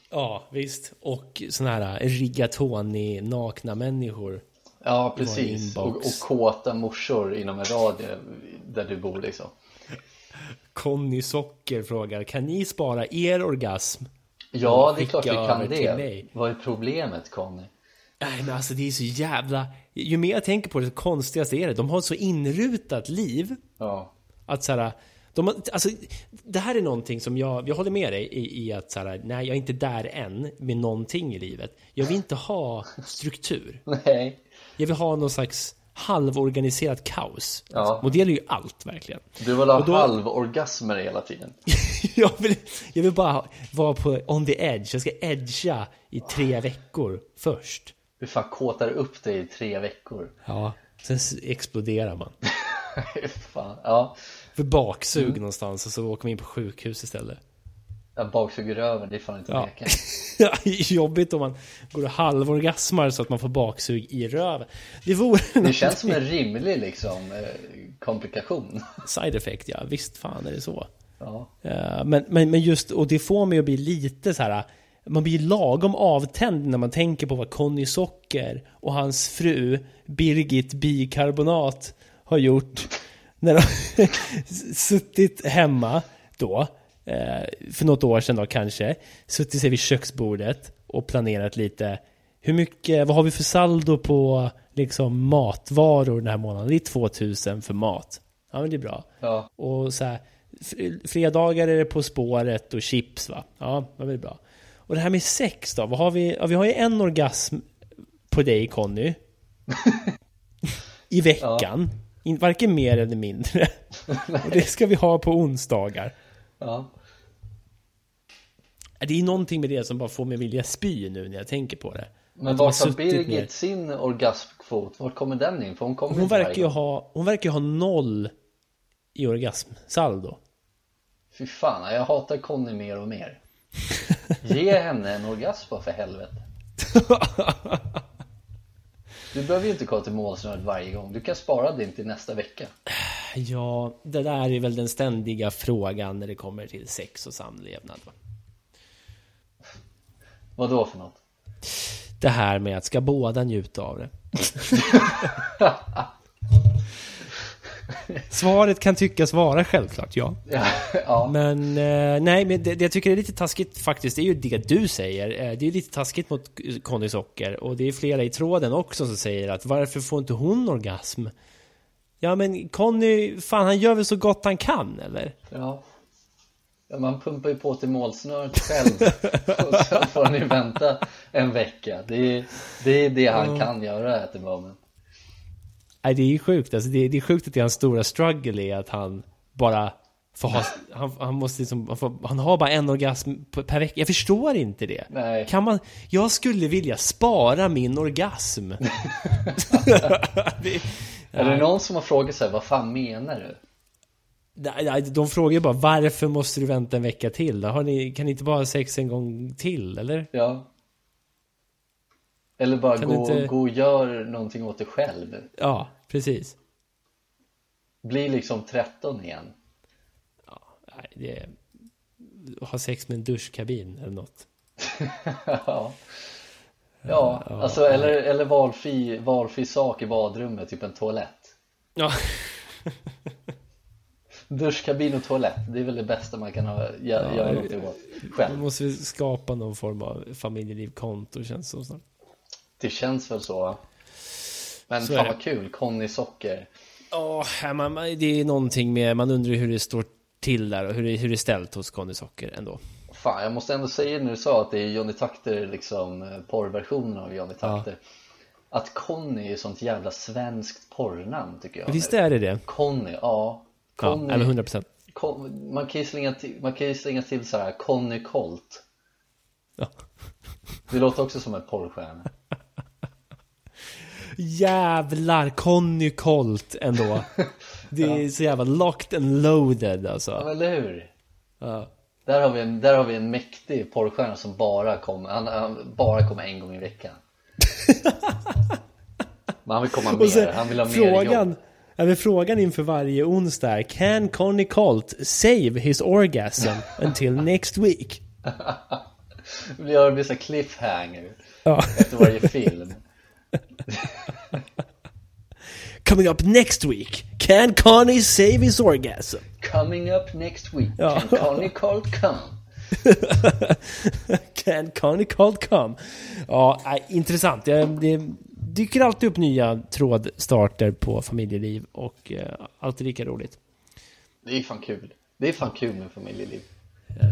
Ja, visst. Och såna här rigatoni nakna människor. Ja, inbox. precis. Och, och kåta morsor inom en radie där du bor liksom. Conny Socker frågar, kan ni spara er orgasm? Ja, det är Skicka klart vi över kan till mig. det. Vad är problemet Conny? Nej men alltså det är så jävla... Ju mer jag tänker på det, så konstigaste är det. De har ett så inrutat liv. Ja, Att så här, de, har- alltså, det här är någonting som jag, jag håller med dig i, i att så här, nej jag är inte där än med någonting i livet. Jag vill inte ha struktur. nej. Jag vill ha någon slags halvorganiserat kaos. Ja. Och det gäller ju allt verkligen. Du vill ha Och då- halvorgasmer hela tiden. jag, vill, jag vill bara vara på on the edge. Jag ska edga i tre veckor först. Du fan kåtar upp dig i tre veckor. Ja. Sen s- exploderar man. fan, ja. För baksug Mm. någonstans och så åker man in på sjukhus istället. Jag baksuger röven, det är fan inte Ja. leken. Jobbigt om man går och halvorgasmar så att man får baksug i röven. Det vore en Det känns som en rimlig liksom eh, komplikation. side effect, ja. Visst fan är det så. Ja. Eh, Men, men, men just, och det får mig att bli lite så här. Man blir lagom avtänd när man tänker på vad Conny Socker och hans fru Birgit Bikarbonat har gjort. När de suttit hemma då, eh, för något år sedan då kanske, suttit sig vid köksbordet och planerat lite. Hur mycket, vad har vi för saldo på liksom matvaror den här månaden? Det är 2000 för mat. Ja men det är bra. Ja. Och så här, fr- fredagar är det På spåret och chips va? Ja, det var väl bra. Och det här med sex då? Vad har vi? Ja, vi har ju en orgasm på dig Conny. I veckan. In, varken mer eller mindre. och det ska vi ha på onsdagar. ja. Det är någonting med det som bara får mig vilja spy nu när jag tänker på det. Men Att de har vart tar suttit Birgit ner. sin orgasmkvot? Vart kommer den in? För hon kommer Hon inte varje verkar ju gång. ha, hon verkar ju ha noll i orgasmsaldo. Fy fan, jag hatar Conny mer och mer. Ge henne en orgasm bara för helvete. Du behöver ju inte kolla till målsnöret varje gång. Du kan spara din till nästa vecka. Ja, det där är väl den ständiga frågan när det kommer till sex och samlevnad. va? Vad då för något? Det här med att ska båda njuta av det? Svaret kan tyckas vara självklart, ja. Ja, ja. Men eh, nej, men det, det jag tycker är lite taskigt faktiskt, det är ju det du säger. Eh, det är lite taskigt mot Conny Socker och det är flera i tråden också som säger att varför får inte hon orgasm? Ja men Conny, fan han gör väl så gott han kan eller? ja. Ja, man pumpar ju på till målsnöret själv och så får han ju vänta en vecka. Det är det, är det Mm. han kan göra at the moment. Nej det är ju sjukt, alltså, det, det är sjukt att det är hans stora struggle är att han bara får ha, han, han måste liksom, han, får, han har bara en orgasm på- per vecka. Jag förstår inte det. Nej. Kan man, jag skulle vilja spara min orgasm. det, Är det någon som har frågat så här, vad fan menar du? Nej, nej, de frågar ju bara varför måste du vänta en vecka till? Då Har ni, kan ni inte bara ha sex en gång till eller? Ja. Eller bara Kan gå, du inte- gå och gör någonting åt dig själv. Ja, precis. Bli liksom 13 igen. Nej, det är, ha sex med en duschkabin eller något. ja. Ja, alltså eller, eller valfri, valfri sak i badrummet, typ en toalett. Ja, Duschkabin och toalett, det är väl det bästa man kan ha, gö- göra någonting åt då själv. måste vi skapa någon form av familjelivkonto känns det som snart. Det känns väl så. va? Men Så är fan det. vad kul, Conny Socker. Ja, man, man, det är någonting med, man undrar ju hur det står till där och hur det, hur det är ställt hos Conny Socker ändå. Fan, jag måste ändå säga när du sa att det är Johnny Takter, liksom eh, porrversionen av Johnny Takter. Att Conny är ett sånt jävla svenskt porrnamn tycker jag. Visst nu. är det det? Conny, ja. Ja, Conny, eller 100 procent. Con- man, kan ju slänga till, man kan ju slänga till så här Conny Colt. Ja. Det låter också som en porrstjärna. Jävlar, Conny Colt ändå. Det är så jävla locked and loaded alltså. Ja, eller hur? Ja. Där har vi en, där har vi en mäktig porrstjärna som bara kom, han, han bara kom en gång i veckan. Men han vill komma mer, han vill ha mer frågan, jobb. ja, men frågan inför varje onsdag är, Can Conny Colt save his orgasm until next week? Vi gör det så här cliffhanger Ja. efter varje film. Coming up next week, Can Conny save his orgasm? Coming up next week, Ja. can Conny Colt come? Can Conny Colt come? Ja, nej, intressant. Det, det dyker alltid upp nya trådstarter på familjeliv och eh, alltid lika roligt. Det är fan kul. Det är fan kul med familjeliv.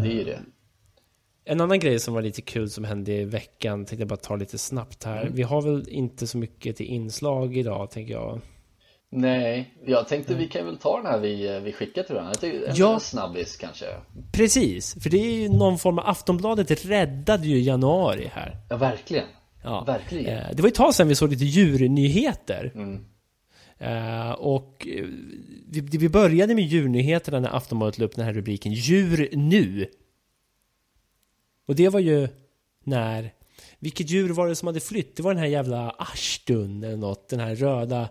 Det är ju det. En annan grej som var lite kul som hände i veckan tänkte jag bara ta lite snabbt här. Vi har väl inte så mycket till inslag idag tänker jag. Nej, jag tänkte vi kan väl ta den här vi, vi skickade till den. Jag tycker, en Ja. snabbis kanske. Precis, för det är ju någon form av Aftonbladet räddade ju januari här. Ja, verkligen. Verkligen. Mm. Eh, Det var ju ett tag sedan vi såg lite djurnyheter. Eh, Och eh, vi, det- vi började med djurnyheterna när Aftonbladet la upp den här rubriken Djur nu. Och det var ju när... Vilket djur var det som hade flytt? Det var den här jävla Ashtun eller något. Den här röda,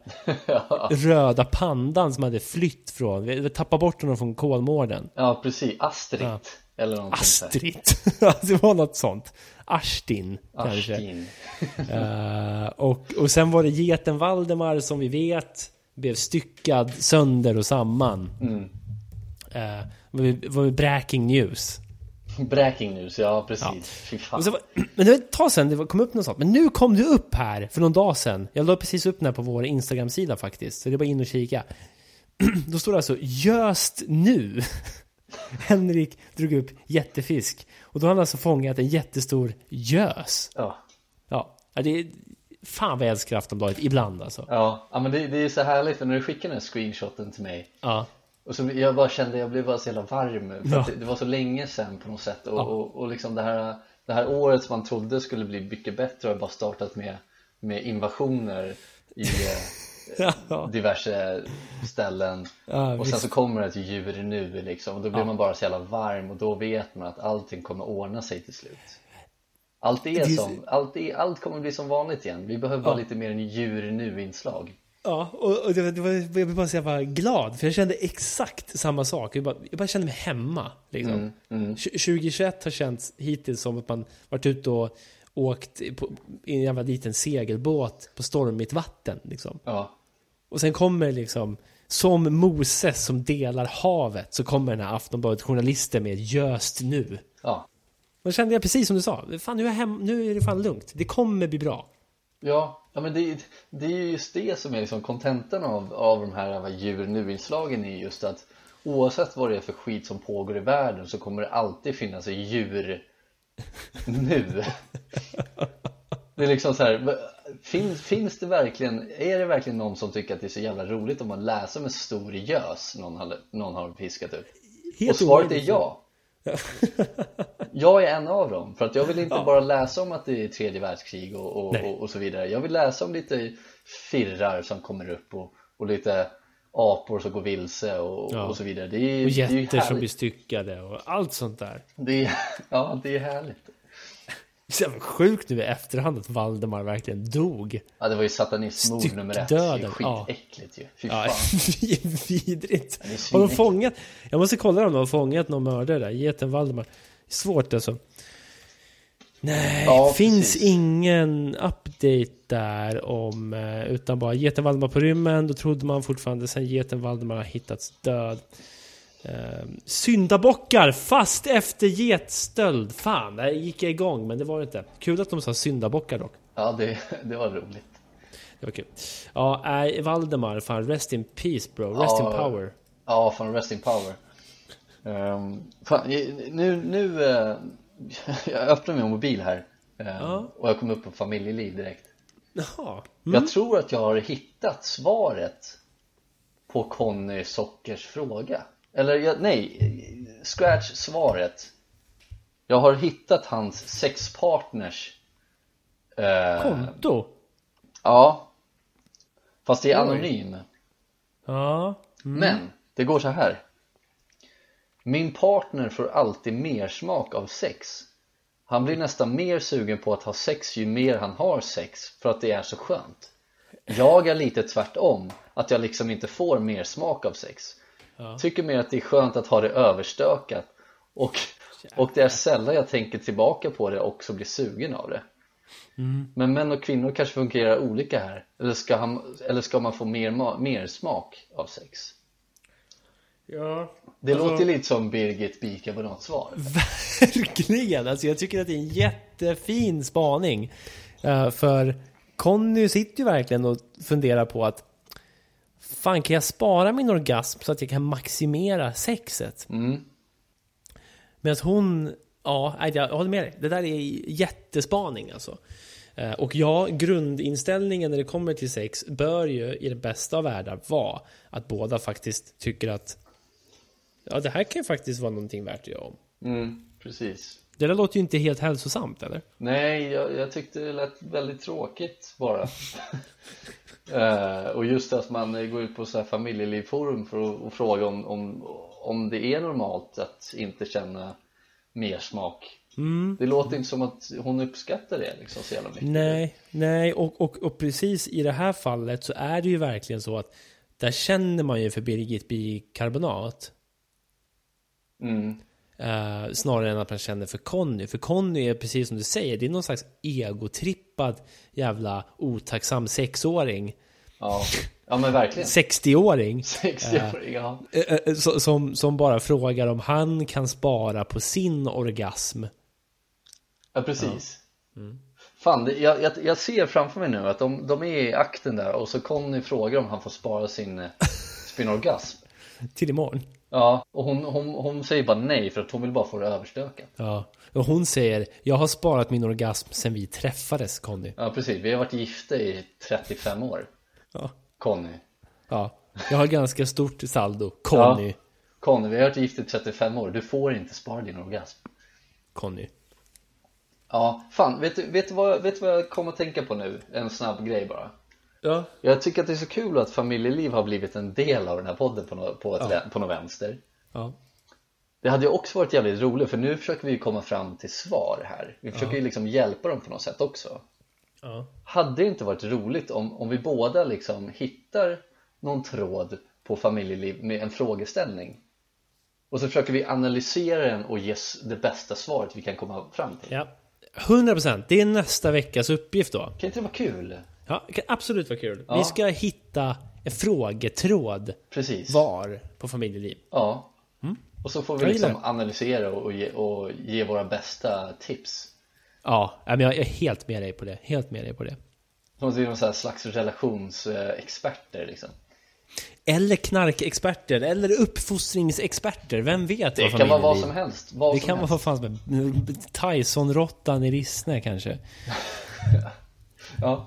röda pandan som hade flytt från... Vi tappade bort honom från Kolmården. Ja, precis. Astrid. Eller någonting så här. Astrid. det var något sånt. Ashtin, kanske. Ashtin. Eh, och, och sen var det geten Valdemar som vi vet blev styckad sönder och samman. Eh, det var, var breaking news. Breaking news, ja precis. Fy fan. Och så var, men det var ett tag sedan det var- kom upp något sånt. Men nu kom det upp här för någon dag sedan. Jag la precis upp den här på vår Instagram-sida faktiskt. Så det är bara in och kika. Då står det alltså Göst nu. Henrik drog upp jättefisk. Och då har han alltså fångat en jättestor gös. Ja. Ja, ja, det är... Fan vad jag älskar Aftonbladet ibland alltså. Ja. ja, men det, det är så härligt när du skickar den här screenshoten till mig Ja. och så jag bara kände, jag blev bara så jävla varm för Ja. att det, det var så länge sedan på något sätt och, och, och liksom det här, det här året som man trodde skulle bli mycket bättre har bara startat med, med invasioner i eh, diverse ställen Ja, och sen så kommer det ett djur nu liksom och då blir man bara så jävla varm och då vet man att allting kommer ordna sig till slut Allt, är Det är- som, allt, är, allt kommer bli som vanligt igen. Vi behöver bara lite mer en djur nu-inslag. Ja, och, och det, var- det var, jag vill bara säga att jag var glad, för jag kände exakt samma sak. Jag bara, jag bara kände mig hemma. Liksom. Mm, Tj- 2021 har känts hittills som att man varit ute och åkt på, i en jävla liten segelbåt på stormigt vatten. Liksom. Ja. Och sen kommer liksom, som Moses som delar havet, så kommer den här Aftonbladet-journalisten med just nu. ja. Och då kände jag precis som du sa, fan nu är, jag hem, nu är det fan lugnt, det kommer bli bra. Ja, ja men det, det är ju just det som är liksom kontentan av, av de här vad djur nu-inslagen är just att oavsett vad det är för skit som pågår i världen så kommer det alltid finnas ett djur nu. Det är liksom så här, v- finns, finns det verkligen, är det verkligen någon som tycker att det är så jävla roligt om man läser om en stor gös någon har, någon har piskat ut? Helt Och svaret är omöjligt. ja. Jag är en av dem, för att jag vill inte bara läsa om att det är tredje världskrig och, och, Nej. och, och så vidare. Jag vill läsa om lite firrar som kommer upp och, och lite apor som går vilse och, Ja. och så vidare. Det är, Och det är ju jätter som blir härligt. styckade och allt sånt där. Det är, ja, det är härligt. Så jävla sjukt nu i efterhand att Valdemar verkligen dog. Ja, det var ju satanismord nummer ett. Det är ju Styckdöden, ja. skitäckligt ju. Fy Ja, fan. vidrigt. det är Har de svinäckligt. fångat? Jag måste kolla om de har fångat någon mördare där. Geten Valdemar. Svårt alltså. Nej, Ja, finns precis. ingen update där om eh, utan bara geten Valdemar på rymmen. Då trodde man fortfarande sen geten Valdemar har hittats död. Eh, syndabockar fast efter getstöld. Fan, där gick jag igång men det var det inte. Kul att de sa syndabockar dock. Ja, det, det var roligt. Det var kul. Ja, nej, Valdemar, fan rest in peace bro. Rest Ja. in power. Ja, från Resting Power. Ehm, fan, i- nu, nu eh, jag öppnar min mobil här eh, Ja. och jag kom upp på familjeliv direkt. Jaha. Jag tror att jag har hittat svaret på Conny Sockers fråga. Eller jag, nej, Scratch svaret. Jag har hittat hans sexpartners. eh, Konto? ja, fast det är anonym. Ja. Men det går så här. Min partner får alltid mer smak av sex. Han blir nästan mer sugen på att ha sex ju mer han har sex för att det är så skönt. Jag är lite tvärtom, att jag liksom inte får mer smak av sex. Tycker mer att det är skönt att ha det överstökat och, och det är sällan jag tänker tillbaka på det och så blir sugen av det. Men män och kvinnor kanske fungerar olika här, eller ska, han, eller ska man få mer, ma- mer smak av sex? Ja. Det Alltså- låter lite som Birgit Bika på något svar. Verkligen! Alltså jag tycker att det är en jättefin spaning. Eh, för Conny sitter ju verkligen och funderar på att Fan, kan jag spara min orgasm så att jag kan maximera sexet? Mm. Medan hon, ja, nej, jag håller med dig. Det där är jättespaning alltså. Eh, Och ja, grundinställningen när det kommer till sex bör ju i den bästa av världar vara att båda faktiskt tycker att ja, det här kan ju faktiskt vara någonting värt att göra om. Mm, precis. Det där låter ju inte helt hälsosamt eller? Nej, jag, jag tyckte det lät väldigt tråkigt bara. Eh, och just att man eh, går ut på så här familjelivforum för att och fråga om, om, om det är normalt att inte känna mer smak. Det låter inte som att hon uppskattar det liksom så jävla mycket. Mm. Nej, nej och, och, och precis i det här fallet så är det ju verkligen så att där känner man ju för Birgit bikarbonat. Mm, Eh, snarare än att man känner för Conny. För Conny är precis som du säger, det är någon slags egotrippad jävla otacksam sexåring, ja. ja, men verkligen. 60-åring. 60-åring, ja. eh, eh, so- Som, som bara frågar om han kan spara på sin orgasm. Ja precis Fan, det, jag, jag, jag ser framför mig nu att de, de är i akten där och så Conny frågar om han får spara sin, eh, sin orgasm Till imorgon. Ja, och hon, hon, hon säger bara nej för att hon vill bara få det överstökat Ja. Och hon säger, jag har sparat min orgasm sen vi träffades Conny. Ja precis, vi har varit gifta i 35 år Ja. Conny ja. Jag har ganska stort saldo. Conny. ja. Conny, vi har varit gifta i 35 år, du får inte spara din orgasm Conny. Ja, fan, vet du, vet, du vad, vet du vad jag kom att tänka på nu? En snabb grej bara Ja. Jag tycker att det är så kul att familjeliv har blivit en del av den här podden på, nå på, ett, vä- på något vänster ja. Det hade ju också varit jävligt roligt för nu försöker vi ju komma fram till svar här. Vi försöker ju liksom hjälpa dem på något sätt också. Ja. Hade det inte varit roligt om, om vi båda liksom hittar någon tråd på familjeliv med en frågeställning? Och så försöker vi analysera den och ge s- det bästa svaret vi kan komma fram till. ja. 100% Det är nästa veckas uppgift då. Kan inte det vara kul? Ja, det kan absolut vara kul. Ja. Vi ska hitta en frågetråd Precis. var på familjeliv. Ja. Och så får vi Mm. Jag gillar liksom analysera och ge, och ge våra bästa tips. Ja, ja, men jag är helt med dig på det. Helt med dig på det. Som att vi är någon så här slags relationsexperter liksom. Eller knarkexperter, eller uppfostringsexperter. Vem vet? Det kan vara vad som helst. Vad Det som kan vara helst. vad fan som helst. Tyson-råttan i Rissne kanske. Ja.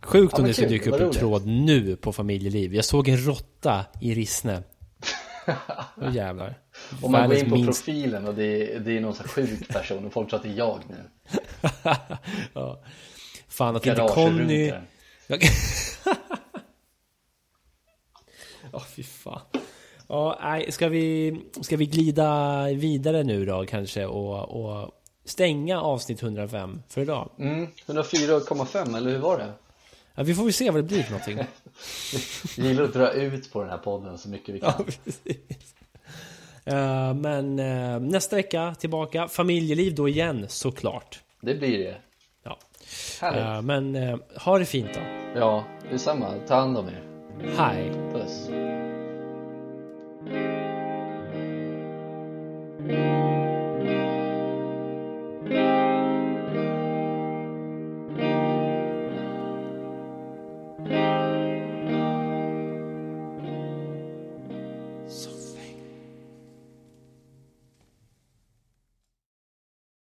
Sjukt Ja, om men det skulle kul, dyka upp vad en roligt. tråd nu på familjeliv. Jag såg en råtta i Rissne. Åh jävlar. Om man går Världens in på minst- profilen och det är, det är någon så här sjuk person och folk tror att det är jag nu. ja. Fan att inte Conny... Garagerunkaren. Ja, oh, fy fan. Ja, nej, ska, vi, ska vi glida vidare nu då kanske och, och stänga avsnitt 105 för idag? Mm, 104,5 eller hur var det? Ja, vi får väl se vad det blir för någonting. Jag gillar att dra ut på den här podden så mycket vi kan. ja, precis. Eh, men eh, nästa vecka tillbaka. Familjeliv då igen såklart. Det blir det. Ja. Härligt. Eh, men eh, ha det fint då. Ja, detsamma. Ta hand om er. Hej. Puss.